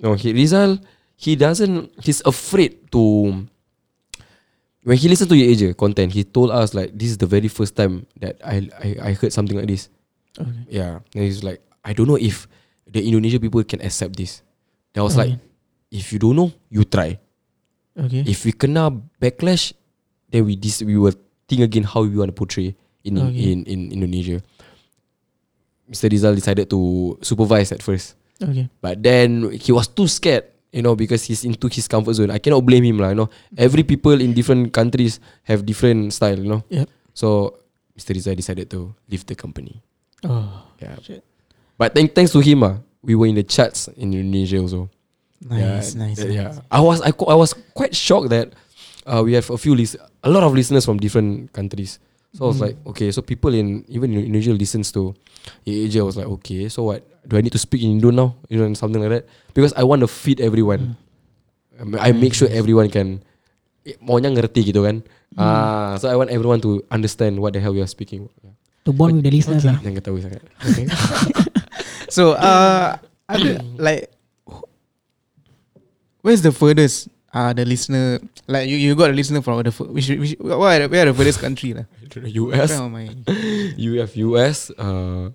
Speaker 4: No, he Rizal, he doesn't. He's afraid to. When he listened to your Asia content, he told us like this is the very first time that I I, I heard something like this.
Speaker 2: Okay.
Speaker 4: Yeah, and he's like, I don't know if the Indonesian people can accept this. Then I was like, if you don't know, you try.
Speaker 2: Okay.
Speaker 4: If we kena backlash, then we dis- we will think again how we want to portray in
Speaker 2: Okay.
Speaker 4: in in Indonesia. Mr. Rizal decided to supervise at first,
Speaker 2: Okay.
Speaker 4: but then he was too scared, you know, because he's into his comfort zone. I cannot blame him, lah. You know, every people in different countries have different style, you know.
Speaker 2: Yep.
Speaker 4: So Mr. Rizal decided to leave the company.
Speaker 2: Oh,
Speaker 4: Yeah.
Speaker 2: Shit.
Speaker 4: But thank thanks to him, ah, we were in the charts in Indonesia also.
Speaker 2: nice, nice. nice.
Speaker 4: uh, Yeah, I was I, co- I was quite shocked that uh, we have a few list, a lot of listeners from different countries.
Speaker 2: Mm-hmm.
Speaker 4: So I was like, okay, so people in even in Indonesia listens to Asia. I was like, okay, so what do I need to speak in Indo now? You know, and something like that because I want to feed everyone. I
Speaker 2: Mm.
Speaker 4: ma- I make sure everyone can eh, maunya ngerti gitu kan.
Speaker 2: Mm.
Speaker 4: Ah, so I want everyone to understand what the hell we are speaking. Yeah.
Speaker 3: to bond with the listeners ah. lah.
Speaker 4: Yang ketahui sangat.
Speaker 2: So uh, other, like, where's the furthest uh, the listener like you, you got a listener from the fir- which, which where are the, where are the furthest country lah?
Speaker 4: US,
Speaker 2: Oh my,
Speaker 4: you have US, uh,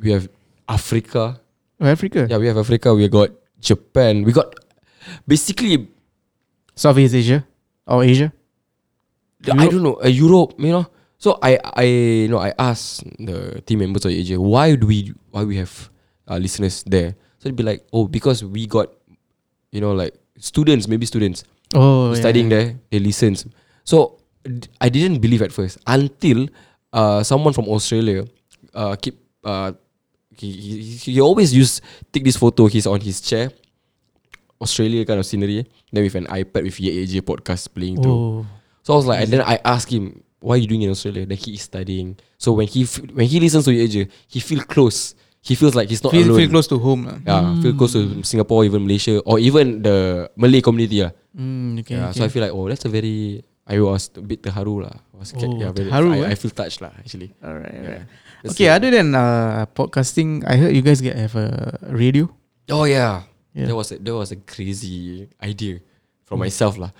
Speaker 4: we have Africa.
Speaker 2: oh, Africa,
Speaker 4: Yeah, we have Africa. We got Japan. We got basically
Speaker 2: Southeast Asia or Asia.
Speaker 4: I don't know uh, Europe. You know, so I I you know I asked the team members of AJ why do we why we have uh, listeners there. So they'd be like, oh, because we got you know like students, maybe students
Speaker 2: Oh, yeah,
Speaker 4: studying
Speaker 2: yeah.
Speaker 4: there. They listens. So d- I didn't believe at first until uh, someone from Australia uh, keep uh, he, he, he- he always use take this photo. He's on his chair, Australia kind of scenery. Then with an iPad with EAJ podcast playing through.
Speaker 2: Oh,
Speaker 4: So I was like, and then I asked him, "Why are you doing in Australia?" Then he is studying. So when he f- when he listens to EAJ, he feel close. He feels like he's not
Speaker 2: feel,
Speaker 4: alone.
Speaker 2: feel close to home lah.
Speaker 4: Yeah, feel close to Singapore, even Malaysia, or even the Malay community. Yeah.
Speaker 2: Mm, okay,
Speaker 4: Yeah,
Speaker 2: okay.
Speaker 4: so I feel like oh that's a very I was a bit terharu lah. I was scared.
Speaker 2: Oh,
Speaker 4: yeah, very,
Speaker 2: terharu, eh?
Speaker 4: I, I feel touched lah actually.
Speaker 2: alright, alright.
Speaker 4: That's
Speaker 2: Okay,
Speaker 4: it.
Speaker 2: other than uh, podcasting, I heard you guys get have a radio.
Speaker 4: Oh yeah.
Speaker 2: Yeah. Hmm.
Speaker 4: That was a, that was a crazy idea for myself lah.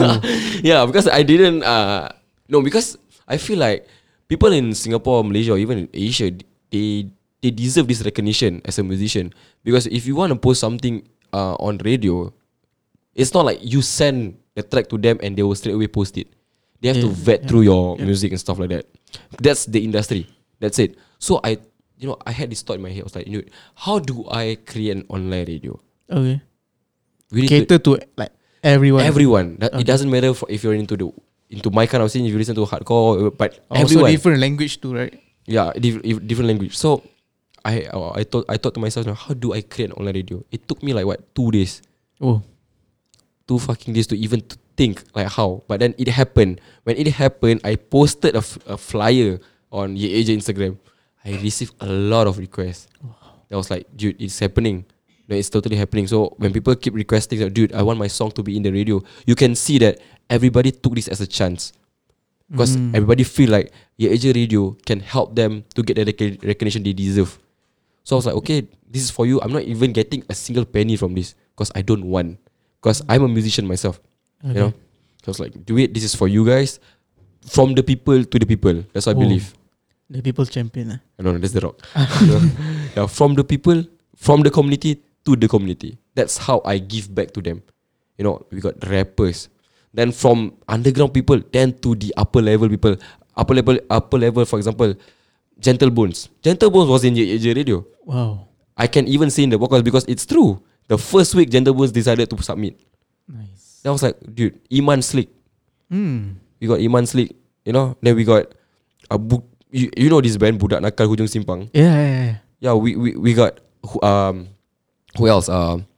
Speaker 4: yeah, because I didn't uh no because I feel like people in Singapore, Malaysia, or even in Asia, they they deserve this recognition as a musician because if you want to post something uh, on radio, it's not like you send the track to them and they will straight away post it. They have to
Speaker 2: Yeah.
Speaker 4: vet through your music and stuff like that. That's the industry. That's it. So I, you know, I had this thought in my head. I was like, you know, how do I create an online radio?
Speaker 2: Okay,
Speaker 4: We need to-
Speaker 2: cater to like everyone.
Speaker 4: everyone. That, It doesn't matter for if you're into the into my kind of scene. If you listen to hardcore, but
Speaker 2: Also
Speaker 4: everyone.
Speaker 2: Oh, different language too, right?
Speaker 4: yeah, dif- if- different language. So I uh, I thought I thought to myself, now, how do I create an online radio? It took me like what two days.
Speaker 2: Oh,
Speaker 4: two fucking days to even to think like how. But then it happened. When it happened, I posted a, f- a flyer on Yeaja Instagram. I received a lot of requests. I was like, dude, it's happening. No, it's totally happening. So when people keep requesting, like, dude, I want my song to be in the radio. You can see that everybody took this as a chance. Because everybody feel like Yeaja Radio can help them to get the recog- recognition they deserve. So I was like, okay, this is for you. I'm not even getting a single penny from this because I don't want. Because I'm a musician myself. You know? So I was like, do it. This is for you guys. From the people to the people. That's what I
Speaker 2: Oh.
Speaker 4: believe.
Speaker 2: the people's champion. ah.
Speaker 4: I don't know, that's the rock. You know? yeah, from the people, from the community to the community. That's how I give back to them. You know, we got rappers. Then from underground people, then to the upper level people. Upper level, upper level, for example, Gentle Bones. Gentle Bones was in Yeaja Radio.
Speaker 2: Wow,
Speaker 4: I can even say in the podcast because it's true. The first week, Gender Bones decided to submit.
Speaker 2: nice.
Speaker 4: Then I was like, dude, Iman Slick.
Speaker 2: Hmm.
Speaker 4: We got Iman Slick, you know. Then we got a bu- you, you know this band Budak Nakal Hujung Simpang.
Speaker 2: Yeah, yeah, yeah.
Speaker 4: Yeah, we we, we got who- um who else? Um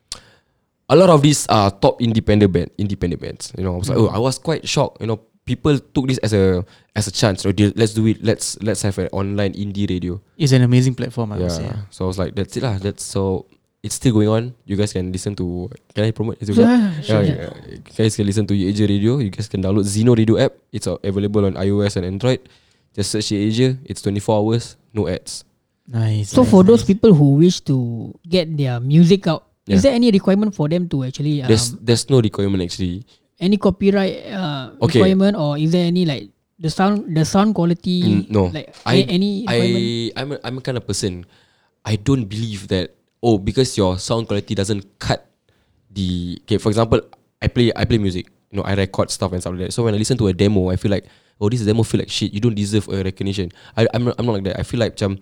Speaker 4: a lot of these uh top independent band independent bands. You know, I was like, oh, I was quite shocked. You know, people took this as a as a chance. So they- let's do it. Let's let's have an online indie radio.
Speaker 2: It's an amazing platform, I would say.
Speaker 4: yeah. So I was like, that's it lah. That's so it's still going on. You guys can listen to. Can I promote? Is it okay?
Speaker 2: Yeah,
Speaker 4: Yeah, yeah. You guys can listen to Asia Radio. You guys can download Zeno Radio app. It's uh, available on iOS and Android. Just search Asia. It's 24 hours, no ads.
Speaker 2: Nice.
Speaker 3: So
Speaker 2: nice,
Speaker 3: for those
Speaker 2: nice.
Speaker 3: people who wish to get their music out, is
Speaker 4: Yeah.
Speaker 3: there any requirement for them to actually um,
Speaker 4: There's there's no requirement actually.
Speaker 3: any copyright uh,
Speaker 4: Okay.
Speaker 3: requirement or is there any like the sound the sound quality?
Speaker 4: Mm, no.
Speaker 3: like
Speaker 4: I
Speaker 3: a- any
Speaker 4: I
Speaker 3: requirement?
Speaker 4: I'm a, I'm a kind of person. I don't believe that oh because your sound quality doesn't cut the okay for example I play I play music you know I record stuff and stuff like that so when I listen to a demo I feel like oh this demo feel like shit you don't deserve a recognition I I'm not, I'm not like that I feel like macam,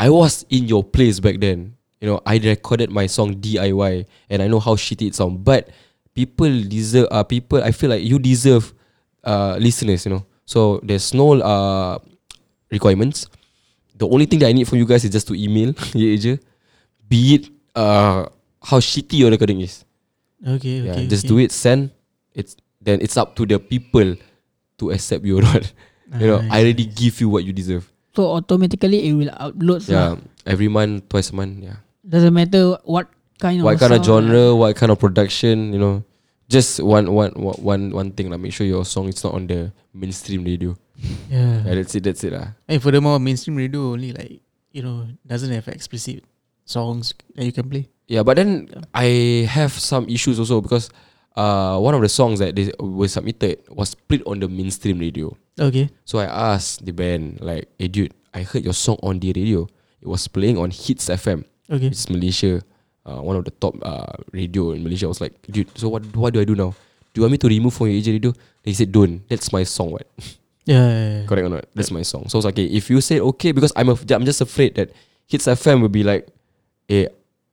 Speaker 4: I was in your place back then you know I recorded my song DIY and I know how shitty it sound but people deserve uh, people I feel like you deserve uh, listeners you know so there's no uh, requirements the only thing that I need from you guys is just to email ye je. Be it uh, how shitty your recording is.
Speaker 2: Okay, okay.
Speaker 4: yeah, just
Speaker 2: okay.
Speaker 4: do it, send. It's then it's up to the people to accept you or not. you know, I already give you what you deserve.
Speaker 3: so automatically it will upload.
Speaker 4: Yeah.
Speaker 3: Yeah.
Speaker 4: Every month, twice a month, yeah.
Speaker 3: Doesn't matter what kind
Speaker 4: what
Speaker 3: of
Speaker 4: kind of
Speaker 3: sound. ah.
Speaker 4: genre, what kind of production, you know. Just one one one one one thing, like make sure your song is not on the mainstream radio.
Speaker 2: Yeah.
Speaker 4: Yeah, that's it, that's it. lah.
Speaker 2: And furthermore, mainstream radio only like you know doesn't have explicit songs that you can play.
Speaker 4: Yeah, but then I have some issues also because uh, one of the songs that they were submitted was played on the mainstream radio.
Speaker 2: Okay.
Speaker 4: So I asked the band, like, hey dude, I heard your song on the radio. It was playing on Hits FM.
Speaker 2: Okay.
Speaker 4: It's Malaysia, uh, one of the top uh, radio in Malaysia. I was like, dude, so what what do I do now? Do you want me to remove from your AJ radio? They said, don't. That's my song, what?
Speaker 2: Yeah. yeah, yeah.
Speaker 4: Correct or not? That's my song. So I was like, okay, if you say okay, because I'm, af- I'm just afraid that Hits FM will be like, eh,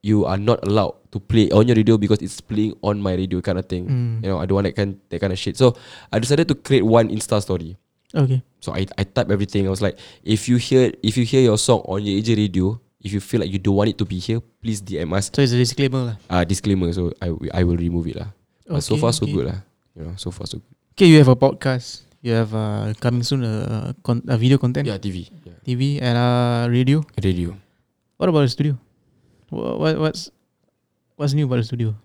Speaker 4: you are not allowed to play on your radio because it's playing on my radio kind of thing.
Speaker 2: Mm.
Speaker 4: You know, I don't want that kind, that kind of shit. So I decided to create one Insta story.
Speaker 2: Okay.
Speaker 4: So I, I type everything. I was like, if you hear if you hear your song on your AJ radio, if you feel like you don't want it to be here, please DM us.
Speaker 2: So it's a disclaimer lah.
Speaker 4: Uh, disclaimer. So I will- I will remove it lah. But so
Speaker 2: Okay,
Speaker 4: far so
Speaker 2: okay.
Speaker 4: good lah. You know, so far so good.
Speaker 2: Okay, you have a podcast. You have uh, coming soon a, con- a video content,
Speaker 4: Yeah, TV. Yeah.
Speaker 2: TV and uh, radio.
Speaker 4: Radio.
Speaker 2: What about the studio? What, what what's what's new about the studio?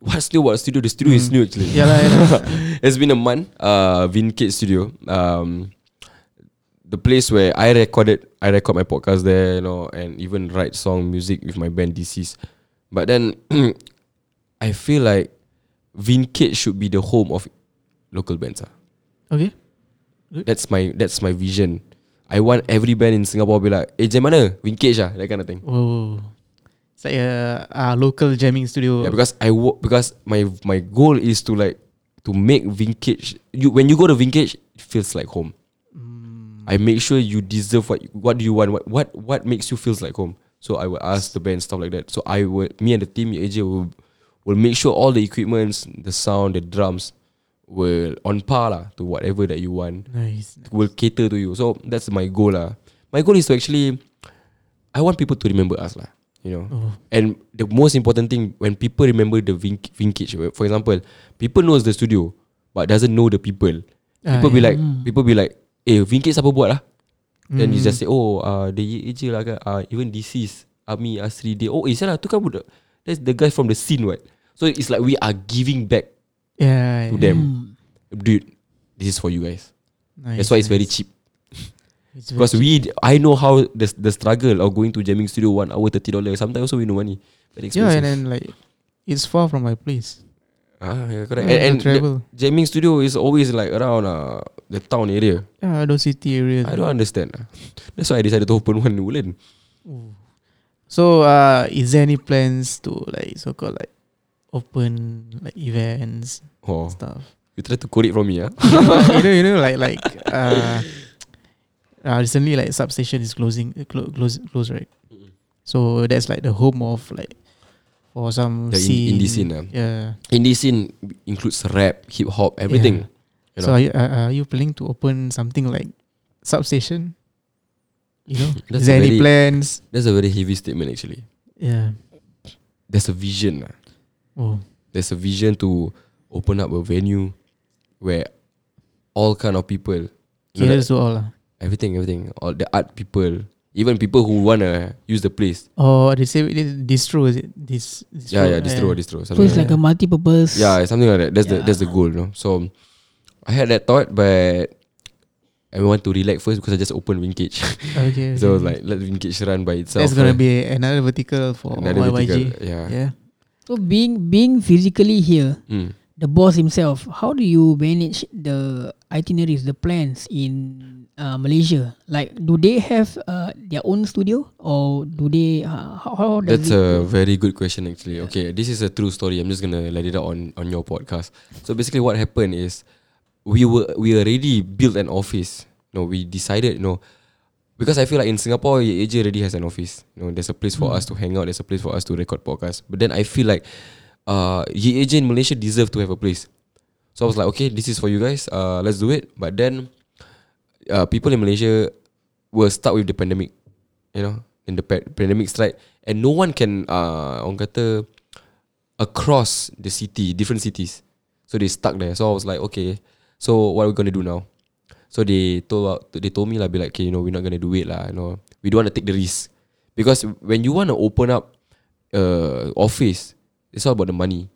Speaker 4: What's new? What studio? The studio
Speaker 2: Mm.
Speaker 4: is new actually.
Speaker 2: Yeah lah. yeah lah.
Speaker 4: It's been a month. Uh, Vincate Studio. Um, the place where I recorded, I record my podcast there, you know, and even write song music with my band DCs. But then, I feel like Vincate should be the home of local bands. ah.
Speaker 2: okay.
Speaker 4: That's my that's my vision. I want every band in Singapore be like, eh, jam mana? Vincate ah, that kind of thing.
Speaker 2: Oh, it's like a, a local jamming studio.
Speaker 4: Yeah, because I work because my my goal is to like to make vintage. You when you go to vintage, it feels like home. I make sure you deserve what what do you want. What what what makes you feels like home. So I will ask the band stuff like that. So I will me and the team AJ will will make sure all the equipments, the sound, the drums were on par lah to whatever that you want
Speaker 2: nice.
Speaker 4: will cater to you. So that's my goal lah. My goal is to actually, I want people to remember us lah. You know, and the most important thing when people remember the vin- vintage, for example, people knows the studio but doesn't know the people.
Speaker 2: Ah,
Speaker 4: People be like, people be like, eh, vintage siapa buat lah? Then you just say, oh, uh, the AJ lah kan, uh, even DC's, Ami, Asri, they, oh, eh, salah, tu kan budak. That's the guy from the scene, what? So it's like we are giving back
Speaker 2: Yeah.
Speaker 4: to
Speaker 3: Hmm.
Speaker 4: them. Dude, this is for you guys. That's why it's very cheap.
Speaker 2: It's very
Speaker 4: Because we, I know how the the struggle of going to jamming studio one hour thirty dollars. Sometimes also we no money, very
Speaker 2: yeah,
Speaker 4: expensive.
Speaker 2: and then like it's far from my place.
Speaker 4: ah, yeah, correct.
Speaker 2: Yeah,
Speaker 4: and and
Speaker 2: the travel.
Speaker 4: the jamming studio is always like around uh, the town area.
Speaker 2: Yeah, those city areas.
Speaker 4: I don't understand. ah. That's why I decided to open one in Woodland.
Speaker 2: So, uh, is there any plans to like so called like open like events
Speaker 4: Oh,
Speaker 2: stuff?
Speaker 4: you try to code it from me, ah?
Speaker 2: you know, you know, like like uh, uh recently like substation is closing, uh, clo- close, close, right? So that's like the home of like for some
Speaker 4: The in-
Speaker 2: scene.
Speaker 4: indie scene, ah.
Speaker 2: Yeah.
Speaker 4: Indie scene includes rap, hip hop, everything. You
Speaker 2: So
Speaker 4: know?
Speaker 2: are you, are, are you planning to open something like substation? You know, is
Speaker 4: That's
Speaker 2: there
Speaker 4: a
Speaker 2: any
Speaker 4: very-
Speaker 2: plans?
Speaker 4: That's a very heavy statement, actually.
Speaker 2: Yeah.
Speaker 4: There's a vision. ah.
Speaker 2: Oh.
Speaker 4: there's a vision to open up a venue where all kind of people, you know,
Speaker 2: Cater to all. ah. lah.
Speaker 4: everything, everything, all the art people, even people who wanna use the place.
Speaker 2: Oh, they say it is distro is it? This. Distro,
Speaker 4: yeah, yeah, distro, distro.
Speaker 3: So
Speaker 4: Something
Speaker 3: it's
Speaker 4: like
Speaker 3: like a multi-purpose.
Speaker 4: that. yeah, it's something like that. That's the
Speaker 3: Yeah.
Speaker 4: that's the goal, you know. So I had that thought, but I want to relax first because I just opened Winkage.
Speaker 2: Okay.
Speaker 4: so
Speaker 2: okay.
Speaker 4: like let Winkage run by itself.
Speaker 2: that's gonna
Speaker 4: first.
Speaker 2: be another vertical for YYG.
Speaker 4: Another vertical, yeah.
Speaker 2: Yeah.
Speaker 3: So being being physically here,
Speaker 4: Mm.
Speaker 3: the boss himself, how do you manage the itineraries, the plans in uh, Malaysia? Like, do they have uh, their own studio or do they? Uh, how, how does
Speaker 4: That's
Speaker 3: it
Speaker 4: a very good question, actually. Okay, this is a true story. I'm just gonna let it out on, on your podcast. So basically, what happened is we were we already built an office. No, we decided no, because I feel like in Singapore, AJ already has an office. You know, there's a place for us to hang out. There's a place for us to record podcasts. But then I feel like uh, AJ in Malaysia deserve to have a place. So I was like, okay, this is for you guys. Uh, let's do it. But then, uh, people in Malaysia were stuck with the pandemic. You know, in the pa- pandemic strike, and no one can uh, on kata across the city, different cities. So they stuck there. So I was like, okay, so what are we gonna do now? So they told out- they told me like, be like, okay, you know, we're not gonna do it lah. You know, we don't want to take the risk because when you want to open up uh office, it's all about the money.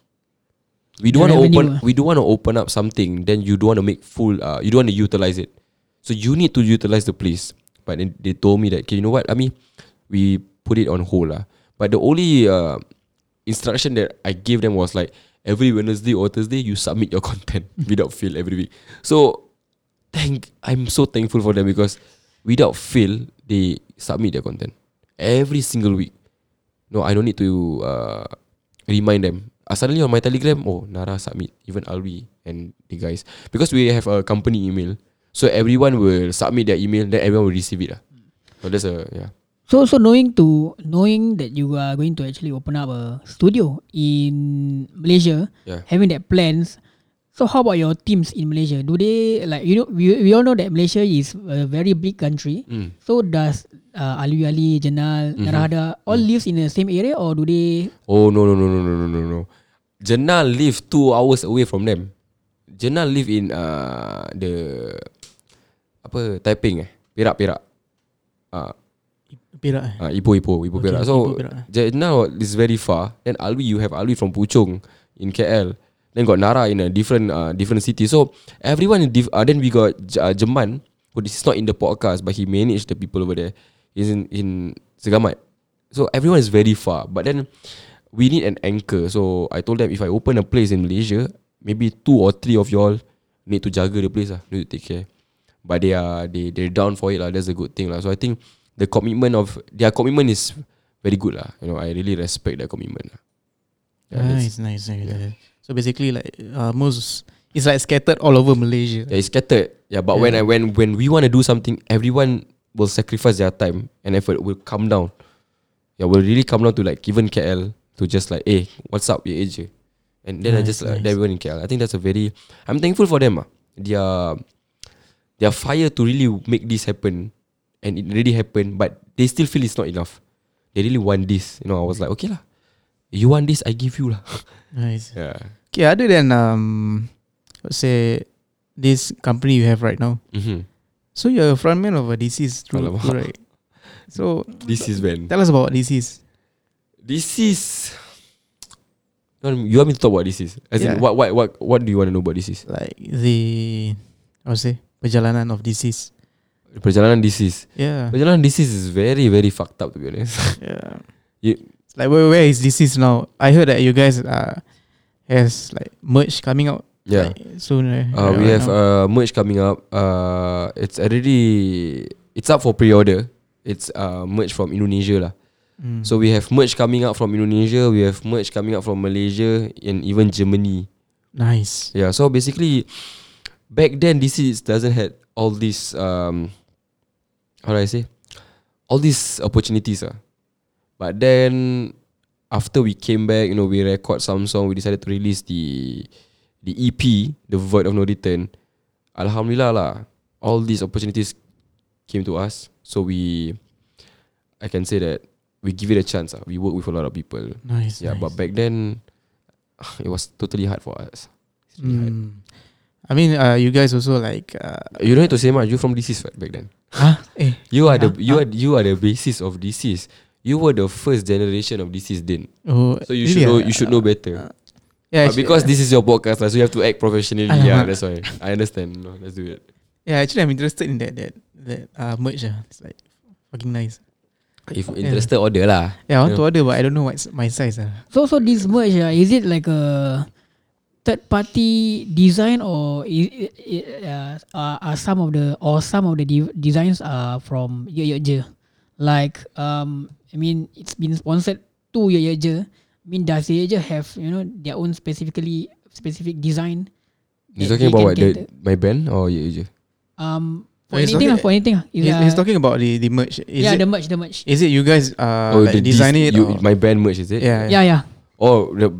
Speaker 4: We don't want
Speaker 3: The
Speaker 4: to open.
Speaker 3: revenue ah.
Speaker 4: We don't want to open up something. Then you don't want to make full. Uh, you don't want to utilize it. So you need to utilize the place. But then they told me that, okay, you know what? I mean, we put it on hold lah. But the only uh, instruction that I gave them was like, every Wednesday or Thursday you submit your content without fail every week. So thank I'm so thankful for them because without fail they submit their content every single week. No, I don't need to uh, remind them. Uh, suddenly on my Telegram, oh Nara submit even Alwi and the guys because we have a company email, so everyone will submit their email, then everyone will receive it lah. So that's a yeah.
Speaker 3: So so knowing to knowing that you are going to actually open up a studio in Malaysia,
Speaker 4: Yeah.
Speaker 3: having that plans. So how about your teams in Malaysia? Do they like you know we, we all know that Malaysia is a very big country.
Speaker 4: Mm. Mm-hmm.
Speaker 3: So does uh, Alwi Ali, Jenal, Narada all
Speaker 4: Mm.
Speaker 3: lives in the same area or do they
Speaker 4: Oh no no no no no no no no. Jenal live two hours away from them. Jenal live in uh, the apa Taiping eh Perak Perak. Ah
Speaker 2: Perak eh?
Speaker 4: uh, Ipoh Ipoh Ipoh
Speaker 2: Okay,
Speaker 4: Perak. So
Speaker 2: Ipoh, Perak.
Speaker 4: Jenal is very far. Then Alwi you have Alwi from Puchong in KL. Then got Nara in a different uh, different city. So everyone in diff- uh, then we got J- uh, Jeman who this is not in the podcast but he managed the people over there. He's in in Segamat. So everyone is very far. But then we need an anchor. So I told them if I open a place in Malaysia, maybe two or three of y'all need to jaga the place lah, need to take care. But they are they they're down for it lah. That's a good thing lah. So I think the commitment of their commitment is very good lah. You know, I really respect their commitment lah. Yeah, that's-
Speaker 2: nice, Ah, nice, nice. nice. So basically, like uh, most, it's like scattered all over Malaysia.
Speaker 4: Yeah, it's scattered. Yeah, but when I when when we want to do something, everyone will sacrifice their time and effort will come down. Yeah, will really come down to like even KL to just like, hey, what's up, your age? And then I
Speaker 2: Nice,
Speaker 4: just like
Speaker 2: nice.
Speaker 4: everyone in KL. I think that's a very I'm thankful for them. Ah, their their fire to really make this happen, and it really happened. But they still feel it's not enough. They really want this. You know, I was like, okay lah, you want this, I give you lah.
Speaker 2: Nice.
Speaker 4: yeah.
Speaker 2: Okay, other than um, let's say this company you have right now,
Speaker 4: hmm
Speaker 2: so you're a frontman of a DC's true,
Speaker 4: Alamak.
Speaker 2: true, right? So
Speaker 4: This is when.
Speaker 2: tell us about DC's.
Speaker 4: This is. You want me- you want me to talk about this is? As
Speaker 2: Yeah.
Speaker 4: in, what, what, what, what do you want to know about this is?
Speaker 2: Like the, I would say, perjalanan of DC's.
Speaker 4: Perjalanan this is.
Speaker 2: Yeah.
Speaker 4: Perjalanan this is is very, very fucked up to be honest.
Speaker 2: Yeah.
Speaker 4: Ye-
Speaker 2: It's like where, where is DC's now? I heard that you guys uh, has like merch coming out
Speaker 4: yeah.
Speaker 2: like, soon. Right?
Speaker 4: Uh, we
Speaker 2: Right
Speaker 4: have
Speaker 2: now.
Speaker 4: uh, merch coming up. Uh, it's already it's up for pre-order. It's uh, merch from Indonesia lah.
Speaker 2: Mm.
Speaker 4: So we have merch coming out from Indonesia. We have merch coming out from Malaysia and even Germany.
Speaker 2: nice.
Speaker 4: Yeah, so basically, back then DC is- doesn't had all these um, how do I say, all these opportunities ah. But then after we came back, you know, we record some song. We decided to release the the EP, the Void of No Return. Alhamdulillah lah, all these opportunities came to us. So we, I can say that we give it a chance. Ah, we work with a lot of people.
Speaker 2: Nice.
Speaker 4: Yeah,
Speaker 2: nice.
Speaker 4: but back then, it was totally hard for us. It's really hard.
Speaker 2: Mm. I mean, uh, you guys also like, uh,
Speaker 4: You don't need to say much. You from DCs right, back then.
Speaker 2: huh? Eh,
Speaker 4: You are the you are you are the basis of DCs. You were the first generation of DCs then.
Speaker 2: oh,
Speaker 4: So you
Speaker 2: really
Speaker 4: should know
Speaker 2: ah?
Speaker 4: you should know better.
Speaker 2: Yeah,
Speaker 4: but
Speaker 2: actually,
Speaker 4: because this is your podcast, lah, so you have to act professionally.
Speaker 2: Alamak.
Speaker 4: Yeah, that's why. I understand. No, let's do it.
Speaker 2: yeah, actually, I'm interested in that that that uh, merch. ah. It's like fucking nice.
Speaker 4: If interested, order lah.
Speaker 2: Yeah, I want
Speaker 4: Yeah.
Speaker 2: to order, but I don't know what's my size. ah.
Speaker 3: so so this merge uh, is it like a third party design or is, uh, are, are some of the or some of the de- designs are from Ye Ye Je like um I mean it's been sponsored to Ye Ye Je I mean does Ye Ye Je have you know their own specifically specific design
Speaker 4: You
Speaker 3: that
Speaker 4: talking
Speaker 3: they
Speaker 4: about
Speaker 3: can
Speaker 4: what? The,
Speaker 3: cater?
Speaker 4: my band or you? you-
Speaker 3: um for
Speaker 2: No, he's talking-
Speaker 3: anything lah, for anything lah. Is,
Speaker 2: He's,
Speaker 3: uh,
Speaker 2: he's talking about the the merch. Is
Speaker 3: yeah
Speaker 2: it,
Speaker 3: the merch the merch
Speaker 2: is it you guys uh like
Speaker 4: Oh, dis-
Speaker 2: design it?
Speaker 4: you-
Speaker 2: or-
Speaker 4: my band merch is it?
Speaker 2: yeah,
Speaker 3: yeah yeah
Speaker 4: Oh, the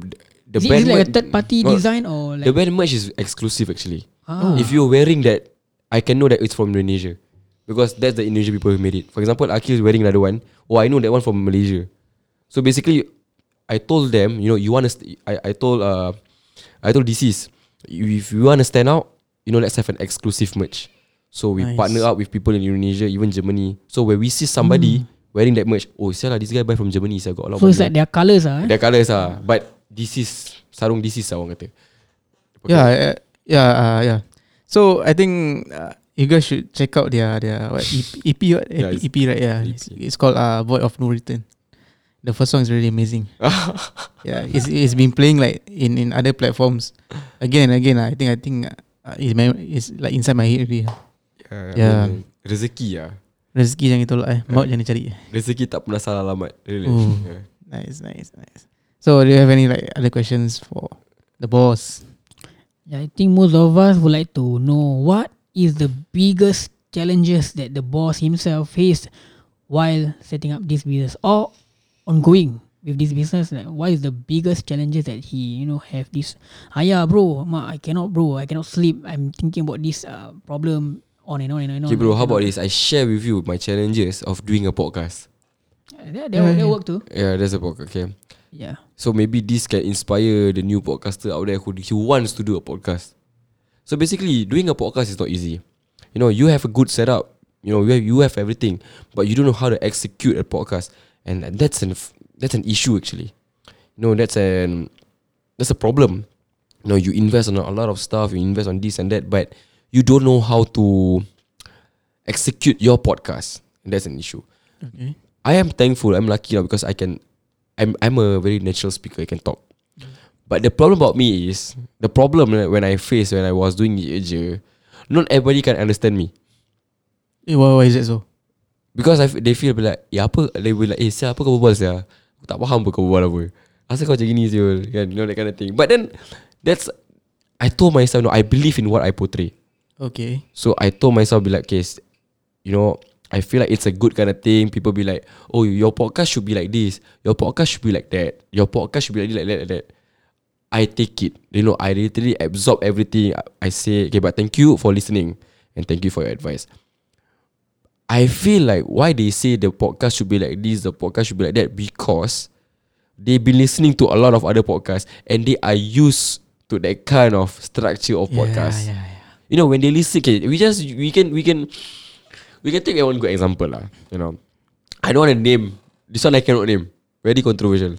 Speaker 4: the
Speaker 3: is it,
Speaker 4: band Oh,
Speaker 3: is it like a
Speaker 4: merch-
Speaker 3: third party
Speaker 4: no,
Speaker 3: design or
Speaker 4: The
Speaker 3: like
Speaker 4: band merch is exclusive actually.
Speaker 3: Ah.
Speaker 4: If you're wearing that, I can know that it's from Indonesia. Because that's the Indonesian people who made it. For example, Akil is wearing another one. Oh, I know that one from Malaysia. So basically, I told them, you know, you want to. St- I I told uh, I told DCs, if you want to stand out, you know, let's have an exclusive merch. So we
Speaker 2: Nice.
Speaker 4: partner up with people in Indonesia, even Germany. So when we see somebody
Speaker 3: Hmm.
Speaker 4: wearing that merch, oh, sia lah, this guy buy from Germany. So got a lot.
Speaker 3: so
Speaker 4: of
Speaker 3: it's like their colours ah eh?
Speaker 4: their colours ah, but this is sarung this is ah, orang kata.
Speaker 2: yeah, uh, yeah, uh, yeah. So I think uh, you guys should check out their their what, E EP, EP, what?
Speaker 4: Yeah,
Speaker 2: EP,
Speaker 4: it's- E
Speaker 2: EP, right? Yeah,
Speaker 4: EP.
Speaker 2: It's, it's called uh Void of No Return. The first song is really amazing. yeah, it's, it's been playing like in, in other platforms again and again. lah. I think I think uh, it's, my, it's like inside my head already.
Speaker 4: Uh,
Speaker 2: Yeah.
Speaker 4: Rezeki lah
Speaker 2: Rezeki jangan tolak eh. Maut jangan cari.
Speaker 4: Rezeki tak pernah salah alamat Really
Speaker 2: Ooh.
Speaker 4: yeah.
Speaker 2: Nice, nice, nice. So do you have any like other questions for the boss?
Speaker 3: Yeah, I think most of us would like to know what is the biggest challenges that the boss himself faced while setting up this business or ongoing with this business. Like, what is the biggest challenges that he, you know, have this? Ayah, bro, ma, I cannot, bro, I cannot sleep. I'm thinking about this uh, problem on and on and on. and
Speaker 4: Okay
Speaker 3: on.
Speaker 4: bro how about this I share with you My challenges Of doing a podcast
Speaker 3: Yeah, that, that work too.
Speaker 4: Yeah that's a podcast Okay
Speaker 3: Yeah.
Speaker 4: So maybe this can inspire the new podcaster out there who, who wants to do a podcast. So basically, doing a podcast is not easy. You know, you have a good setup. You know, you have, you have everything, but you don't know how to execute a podcast, and that's an that's an issue actually. You know, that's an that's a problem. You know, you invest on a lot of stuff, you invest on this and that, but you don't know how to execute your podcast. And that's an issue.
Speaker 2: Okay.
Speaker 4: I am thankful. I'm lucky now because I can. I'm I'm a very natural speaker. I can talk. But the problem about me is the problem that when I faced when I was doing it, je, not everybody can understand me
Speaker 2: Eh, why, why is that so?
Speaker 4: because I f- they feel like ya apa they will like eh siapa apa kau berbual sia aku tak faham apa kau berbual apa asal kau macam gini siul kan you know that kind of thing but then that's I told myself no I believe in what I portray
Speaker 2: Okay.
Speaker 4: So I told myself be like, okay, s- you know, I feel like it's a good kind of thing. People be like, oh, your podcast should be like this. Your podcast should be like that. Your podcast should be like this, like that, like that. I take it. You know, I literally absorb everything. I- I say, okay, but thank you for listening and thank you for your advice. I feel like why they say the podcast should be like this, the podcast should be like that, because they've been listening to a lot of other podcasts and they are used to that kind of structure of podcast.
Speaker 2: Yeah, yeah, yeah.
Speaker 4: You know, when they listen, okay, we just we can we can we can take one good example lah. You know, I don't want to name this one. I cannot name. Very controversial.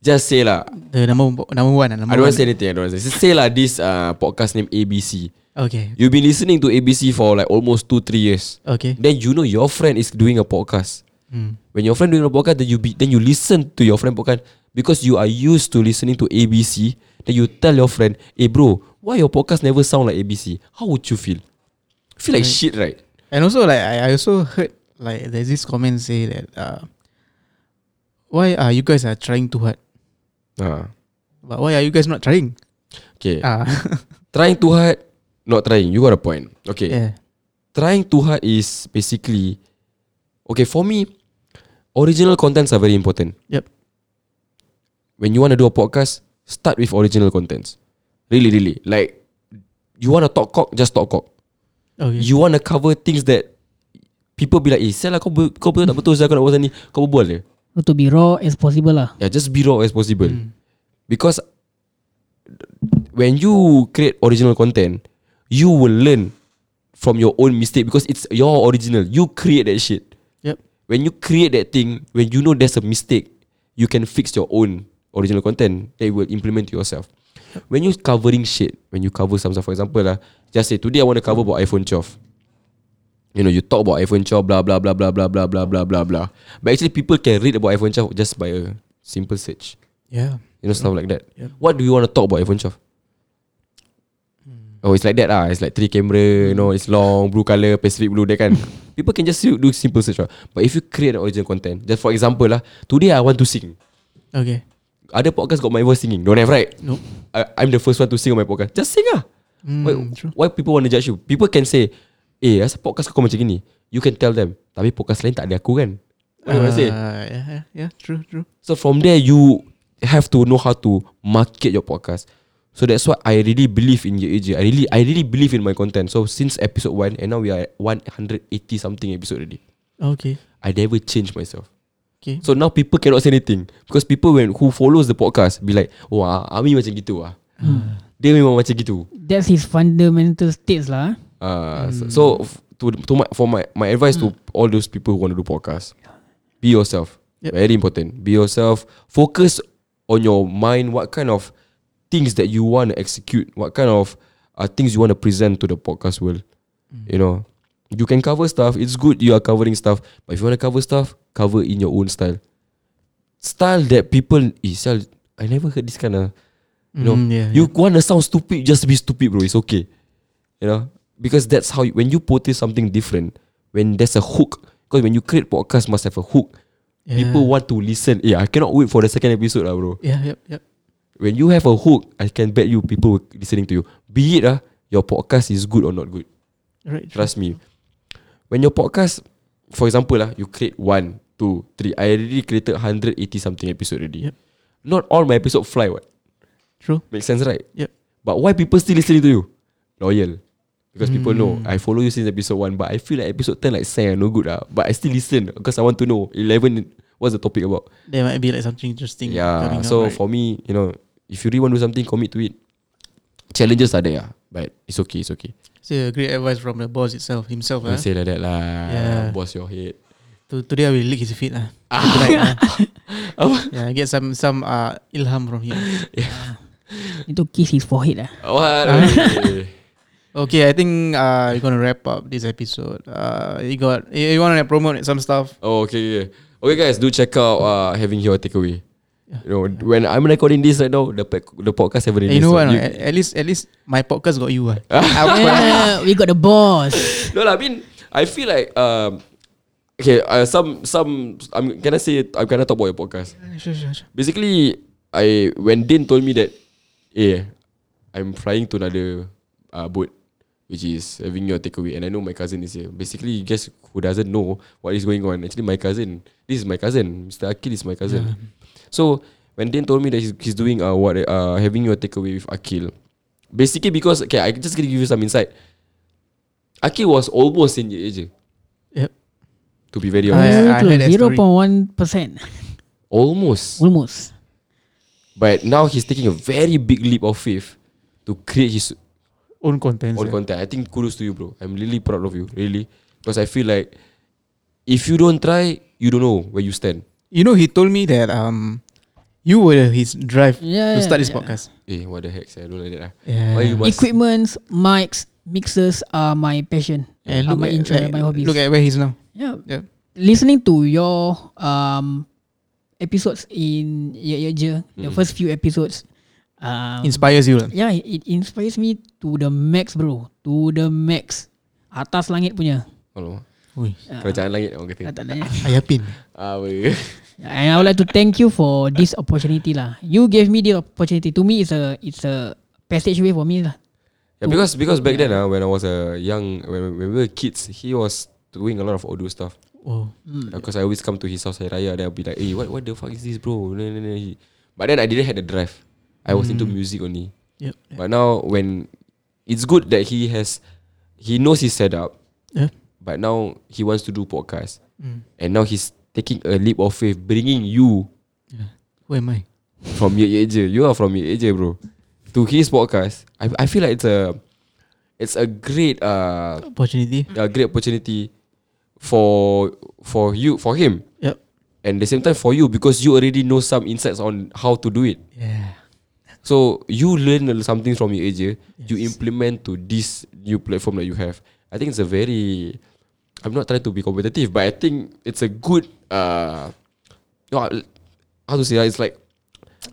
Speaker 4: Just say lah.
Speaker 2: The number number one. ah, Number
Speaker 4: I don't
Speaker 2: one.
Speaker 4: want to say anything. I don't want to say. Just say lah. This uh, podcast name ABC.
Speaker 2: Okay.
Speaker 4: You've been listening to ABC for like almost two three years.
Speaker 2: Okay.
Speaker 4: Then you know your friend is doing a podcast.
Speaker 2: Hmm.
Speaker 4: When your friend doing a podcast, then you be, then you listen to your friend podcast because you are used to listening to ABC. Then you tell your friend, "Hey, bro, why your podcast never sound like ABC? How would you feel? Feel like
Speaker 2: Right.
Speaker 4: shit, right?
Speaker 2: And also like I, I also heard like there's this comment say that uh why are you guys are trying too hard? Uh-huh.
Speaker 4: Ah,
Speaker 2: But why are you guys not trying?
Speaker 4: okay.
Speaker 2: Ah,
Speaker 4: Trying too hard, not trying. You got a point. Okay.
Speaker 2: yeah.
Speaker 4: Trying too hard is basically, okay. For me, original contents are very important.
Speaker 2: Yep.
Speaker 4: when you want to do a podcast, start with original contents. Really, really. Like, you want to talk cock, just talk cock.
Speaker 2: Okay.
Speaker 4: You want to cover things that people be like, eh, sial lah, kau, ber- kau betul tak betul sial kau nak buat ni. Kau berbual je.
Speaker 3: To be raw as possible lah.
Speaker 4: Yeah, just be raw as possible. Because when you create original content, you will learn from your own mistake because it's your original. You create that shit.
Speaker 2: Yep.
Speaker 4: when you create that thing, when you know there's a mistake, you can fix your own original content that you will implement to yourself. When you covering shit, when you cover some stuff, for example, lah, just say today I want to cover about iPhone 12. You know, you talk about iPhone 12, blah blah blah blah blah blah blah blah blah blah. But actually, people can read about iPhone 12 just by a simple search.
Speaker 2: Yeah.
Speaker 4: You know, stuff like that.
Speaker 2: Yep.
Speaker 4: What do you want to talk about iPhone 12?
Speaker 2: Hmm.
Speaker 4: Oh, it's like that ah. It's like three camera, you know, it's long, blue color, Pacific blue, that kan. People can just do do simple search. ah. But if you create an original content, just for example lah, today I want to sing.
Speaker 2: Okay.
Speaker 4: Other podcast got my voice singing. Don't have right?
Speaker 2: Nope.
Speaker 4: I, I'm the first one to sing on my podcast. Just sing ah.
Speaker 2: Mm,
Speaker 4: why,
Speaker 2: true.
Speaker 4: why people want to judge you? People can say, eh, asal podcast kau macam gini? You can tell them. Tapi podcast lain tak ada aku kan? What do you want to say?
Speaker 2: Uh, yeah, yeah, yeah, true, true.
Speaker 4: So from there, you have to know how to market your podcast. So that's why I really believe in Yeji. I really, I really believe in my content. So since episode one, and now we are at 180 something episode already.
Speaker 2: Okay.
Speaker 4: I never change myself.
Speaker 2: Okay.
Speaker 4: So now people cannot say anything because people when who follows the podcast be like, wah, Ami macam gitu ah. Dia memang macam gitu.
Speaker 3: That's his fundamental states lah.
Speaker 4: Uh, so, so f- to to my for my my advice to all those people who want to do podcast, be yourself.
Speaker 2: Yep.
Speaker 4: Very important. Be yourself. Focus on your mind. What kind of things that you want to execute? What kind of uh, things you want to present to the podcast world? You know, you can cover stuff. It's good you are covering stuff, but if you want to cover stuff, cover in your own style. style that people eh, sial, I never heard this kind of you know
Speaker 2: Mm, yeah,
Speaker 4: you want to sound stupid just be stupid bro it's okay you know because that's how you, when you portray something different when there's a hook because when you create podcast must have a hook
Speaker 2: yeah.
Speaker 4: people want to listen yeah I cannot wait for the second episode lah bro
Speaker 2: Yeah, yep, yep.
Speaker 4: when you have a hook I can bet you people will listening to you be it ah your podcast is good or not good
Speaker 2: Right.
Speaker 4: Trust me. When your podcast, for example lah, you create one, two, three. I already created 180 something episode already.
Speaker 2: Yep.
Speaker 4: Not all my episode fly what.
Speaker 2: True.
Speaker 4: Makes sense right?
Speaker 2: Yep.
Speaker 4: But why people still listening to you? Loyal. Because
Speaker 2: Hmm.
Speaker 4: people know I follow you since episode one, but I feel like episode ten like say no good lah. But I still listen because I want to know eleven what's the topic about.
Speaker 2: There might be like something interesting.
Speaker 4: Yeah.
Speaker 2: coming up,
Speaker 4: So
Speaker 2: right?
Speaker 4: for me, you know, if you really want to do something, commit to it. Challenges are there, ah, but it's okay. It's okay.
Speaker 2: so yeah, great advice from the boss itself himself.
Speaker 4: Don't
Speaker 2: Ah,
Speaker 4: say like that lah.
Speaker 2: Yeah.
Speaker 4: Boss your head.
Speaker 2: To, today I will lick his feet lah. Tonight, ah.
Speaker 4: Apa?
Speaker 2: yeah, get some some uh, ilham from here.
Speaker 3: Need to kiss his forehead lah.
Speaker 4: What?
Speaker 2: Okay, I think uh, we're gonna wrap up this episode. Uh, you got you, you want to promote some stuff?
Speaker 4: oh, okay, okay. Okay, guys, do check out uh, having your takeaway. You know, when I'm recording this right now, the pe- the podcast haven't
Speaker 2: Eh,
Speaker 4: released.
Speaker 2: you know
Speaker 4: so
Speaker 2: what?
Speaker 4: you-
Speaker 2: At, at least at least my podcast got you. ah. I-
Speaker 3: Yeah, Eh, we got the boss.
Speaker 4: no, lah, I mean, I feel like um, okay, uh, some some I'm can I say I'm gonna talk about your podcast.
Speaker 2: Sure, sure, sure.
Speaker 4: Basically, I when Din told me that, eh, I'm flying to another uh, boat, which is having your takeaway, and I know my cousin is here. Basically, you guys who doesn't know what is going on, actually my cousin, this is my cousin, Mr. Akil is my cousin. So when Din told me that he's, he's doing uh, what uh, having your takeaway with Akil, basically because okay, I just gonna give you some insight. Akil was almost in your age.
Speaker 2: Yep.
Speaker 4: To be very honest,
Speaker 2: I- I heard that
Speaker 3: Zero
Speaker 2: story.
Speaker 3: point one percent,
Speaker 4: almost.
Speaker 3: almost.
Speaker 4: But now he's taking a very big leap of faith to create his
Speaker 2: Own contents.
Speaker 4: own
Speaker 2: yeah.
Speaker 4: content. I think kudos to you, bro. I'm really proud of you, really, because I feel like if you don't try, you don't know where you stand.
Speaker 2: You know, he told me that um, you were his drive
Speaker 3: Yeah,
Speaker 2: to start this
Speaker 3: yeah.
Speaker 2: podcast.
Speaker 4: Eh, what the heck? sir? I don't like that. ah.
Speaker 2: Yeah.
Speaker 4: Why you must?
Speaker 3: Equipments, mics, mixers are my passion.
Speaker 2: And
Speaker 3: are my interest, my hobbies.
Speaker 2: Look at where he's now.
Speaker 3: yeah.
Speaker 2: Yeah.
Speaker 3: listening to your um episodes in your year, the
Speaker 2: Hmm.
Speaker 3: first few episodes, um,
Speaker 2: Inspires you. lah.
Speaker 3: yeah, it, it inspires me to the max, bro, to the max. Atas langit punya.
Speaker 4: Hello.
Speaker 2: Ui,
Speaker 4: Kerajaan langit orang kata.
Speaker 3: Tak- tak tanya.
Speaker 2: Ayapin.
Speaker 4: Ah, weh.
Speaker 3: And I would like to thank you for this opportunity lah. You gave me the opportunity. To me, it's a it's a passageway for me lah.
Speaker 4: Yeah, because because back then ah, when I was a young when, when we were kids, he was doing a lot of audio stuff.
Speaker 2: Oh.
Speaker 4: Because I always come to his house Hari Raya Then I'll be like Hey what, what the fuck is this bro Then- then- then he- But then I didn't have the drive I was into music only
Speaker 2: Yep.
Speaker 4: But now when It's good that he has He knows his setup
Speaker 2: Yeah.
Speaker 4: But now He wants to do podcast And now he's Taking a leap of faith Bringing you
Speaker 2: Who am I?
Speaker 4: From your age You are from your age bro To his podcast I, I feel like it's a It's a great uh,
Speaker 2: Opportunity.
Speaker 4: A great opportunity For For you For him
Speaker 2: Yep.
Speaker 4: and the same time for you because you already know some insights on how to do it.
Speaker 2: Yeah.
Speaker 4: So you learn a- something from your AJ, you implement to this new platform that you have. I think it's a very I'm not trying to be competitive, but I think it's a good uh you know, how to say that it's like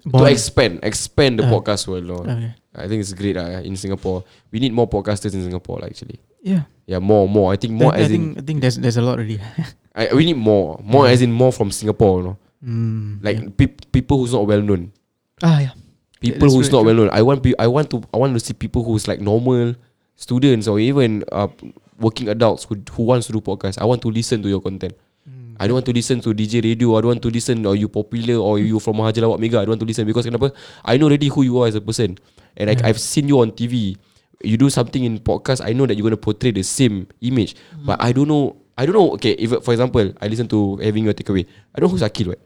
Speaker 2: Bond.
Speaker 4: to expand, expand the
Speaker 2: Ah.
Speaker 4: podcast world. No?
Speaker 2: Okay.
Speaker 4: I think it's great uh, in Singapore. We need more podcasters in Singapore like, actually.
Speaker 2: Yeah.
Speaker 4: Yeah, more, more. I think more
Speaker 2: I, I
Speaker 4: as in
Speaker 2: think I think there's there's a lot already.
Speaker 4: I, we need more. More as in more from Singapore, you know.
Speaker 2: mm.
Speaker 4: Like peop people who's not well known.
Speaker 2: ah yeah.
Speaker 4: people
Speaker 2: That's very
Speaker 4: who's not
Speaker 2: true.
Speaker 4: well known. I want pe- I want to I want to see people who's like normal students or even uh, working adults who who wants to do podcast. I want to listen to your content.
Speaker 2: Hmm.
Speaker 4: I don't want to listen to DJ radio. I don't want to listen or you popular or you from Mahajer Lawak Mega. I don't want to listen because kenapa? I know already who you are as a person, and
Speaker 2: Hmm.
Speaker 4: I, I've seen you on TV. You do something in podcast. I know that you're gonna portray the same image,
Speaker 2: Hmm.
Speaker 4: but I don't know. I don't know. Okay, if for example, I listen to having your takeaway. I don't know who's Akil, right?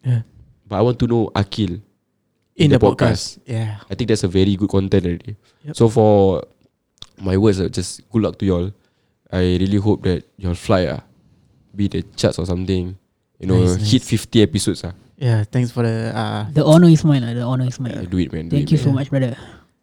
Speaker 2: Yeah.
Speaker 4: But I want to know Akil.
Speaker 2: In, the,
Speaker 4: the
Speaker 2: podcast. Yeah.
Speaker 4: I think that's a very good content already.
Speaker 2: Yep.
Speaker 4: So for my words, uh, just good luck to y'all. I really hope that y'all fly ah, be the charts or something. You know,
Speaker 2: Nice,
Speaker 4: hit 50 episodes ah.
Speaker 2: Yeah. Thanks for the uh
Speaker 3: The honor is mine lah. The honor is mine.
Speaker 4: Do it, man. do it,
Speaker 3: Thank you so
Speaker 4: man.
Speaker 3: much, brother.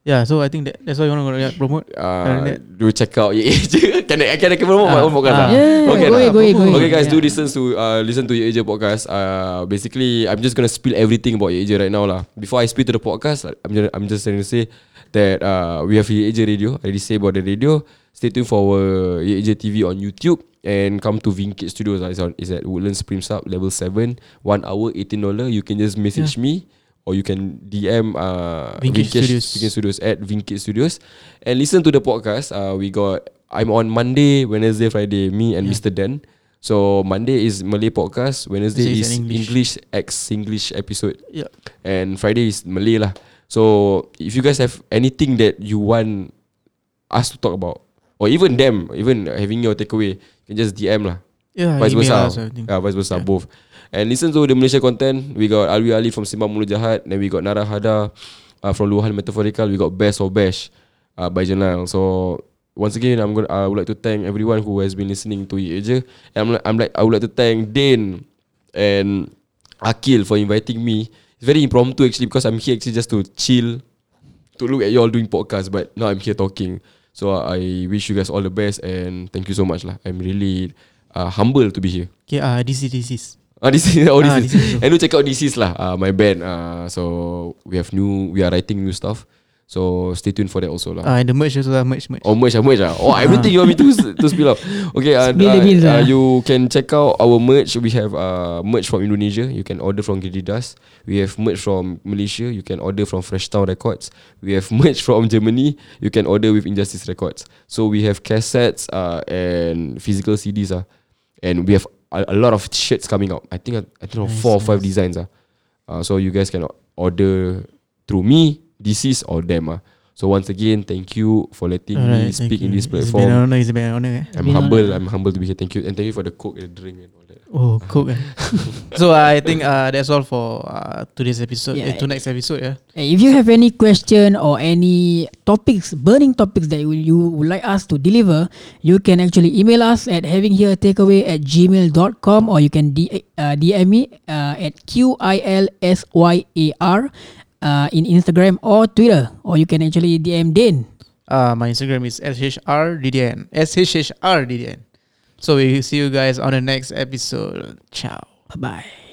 Speaker 2: Yeah, so I think that that's why you want to promote.
Speaker 4: Uh, do check out Ye Eja. Can I can I can promote my
Speaker 2: Ah,
Speaker 4: own podcast?
Speaker 2: ah.
Speaker 4: ah?
Speaker 3: Yeah,
Speaker 4: okay,
Speaker 3: go
Speaker 4: lah.
Speaker 3: ahead, go ahead, go ahead.
Speaker 4: Okay guys, do
Speaker 3: Yeah.
Speaker 4: listen to uh, listen to Ye Eja podcast. Uh, basically, I'm just gonna spill everything about Ye Eja right now lah. Before I spill to the podcast, I'm just I'm just trying to say that uh, we have Ye Eja Radio. I already say about the radio. Stay tuned for our Ye Eja TV on YouTube and come to Vinkit Studios. lah. It's, on, it's at Woodlands Prims Up Level Seven. One hour, eighteen dollar. You can just message me. Or you can DM uh,
Speaker 2: Vinkit Studios.
Speaker 4: Vinkit Studios at Vinkit Studios and listen to the podcast. Uh, we got I'm on Monday, Wednesday, Friday. Me and Mr. Dan. So Monday is Malay podcast, Wednesday
Speaker 2: Wednesday is
Speaker 4: is
Speaker 2: an English.
Speaker 4: English ex English episode,
Speaker 2: Yeah.
Speaker 4: and Friday is Malay lah. So if you guys have anything that you want us to talk about, or even them, even having your takeaway, you can just DM lah.
Speaker 2: Yeah,
Speaker 4: Vice
Speaker 2: email
Speaker 4: versa
Speaker 2: us, I think.
Speaker 4: yeah, Vice versa both And listen to the Malaysia content We got Alwi Ali from Simbang Mulut Jahat Then we got Nara Hada uh, From Luhan Metaphorical We got Best or Bash uh, By Jenal So Once again I'm gonna, I would like to thank everyone Who has been listening to it je And I'm like, I'm like I would like to thank Dane And Akil for inviting me It's very impromptu actually Because I'm here actually just to chill To look at you all doing podcast But now I'm here talking So I wish you guys all the best And thank you so much lah I'm really uh, humble to be here
Speaker 2: Okay, ah, this is this is.
Speaker 4: Ah, this is oh, this
Speaker 2: Ah,
Speaker 4: is.
Speaker 2: this is-
Speaker 4: And do check out this is lah, uh, my band. Uh, so we have new, we are writing new stuff. So stay tuned for that also lah.
Speaker 2: Ah, and the merch also, ah, merch, merch.
Speaker 4: Oh merch, ah, merch ah. Oh everything you want me to s- to spill out. Okay, uh,
Speaker 3: Spill
Speaker 4: uh,
Speaker 3: the beans,
Speaker 4: uh,
Speaker 3: ah.
Speaker 4: you can check out our merch. We have uh, merch from Indonesia. You can order from Gedidas. We have merch from Malaysia. You can order from Fresh Town Records. We have merch from Germany. You can order with Injustice Records. So we have cassettes uh, and physical CDs ah, and we have a, a lot of shirts coming out. I think I, I don't know
Speaker 2: Nice,
Speaker 4: four or five
Speaker 2: nice.
Speaker 4: designs ah. Uh, so you guys can o- order through me, this is or them ah. So once again, thank you for letting me
Speaker 2: Alright, thank
Speaker 4: speak in
Speaker 2: you.
Speaker 4: this
Speaker 2: It's been an
Speaker 4: platform.
Speaker 2: honor, it's been an honor. Eh?
Speaker 4: I'm
Speaker 3: Been
Speaker 4: humble.
Speaker 3: honoured.
Speaker 4: I'm humble to be here. Thank you and thank you for the coke and the drink and all that.
Speaker 2: Oh, cool. Eh? so I think uh, that's all for uh, today's episode.
Speaker 3: Yeah.
Speaker 2: Yeah, eh, tonight's episode. Yeah.
Speaker 3: Eh, If you have any question or any topics, burning topics that you, you would like us to deliver, you can actually email us at havingheretakeaway at gmail.com or you can D, uh, DM me uh, at Q-I-L-S-Y-A-R uh, in Instagram or Twitter. Or you can actually DM Dane.
Speaker 2: Uh, my Instagram is shhrdn. shhrdn. So we see you guys on the next episode. Ciao.
Speaker 3: Bye-bye.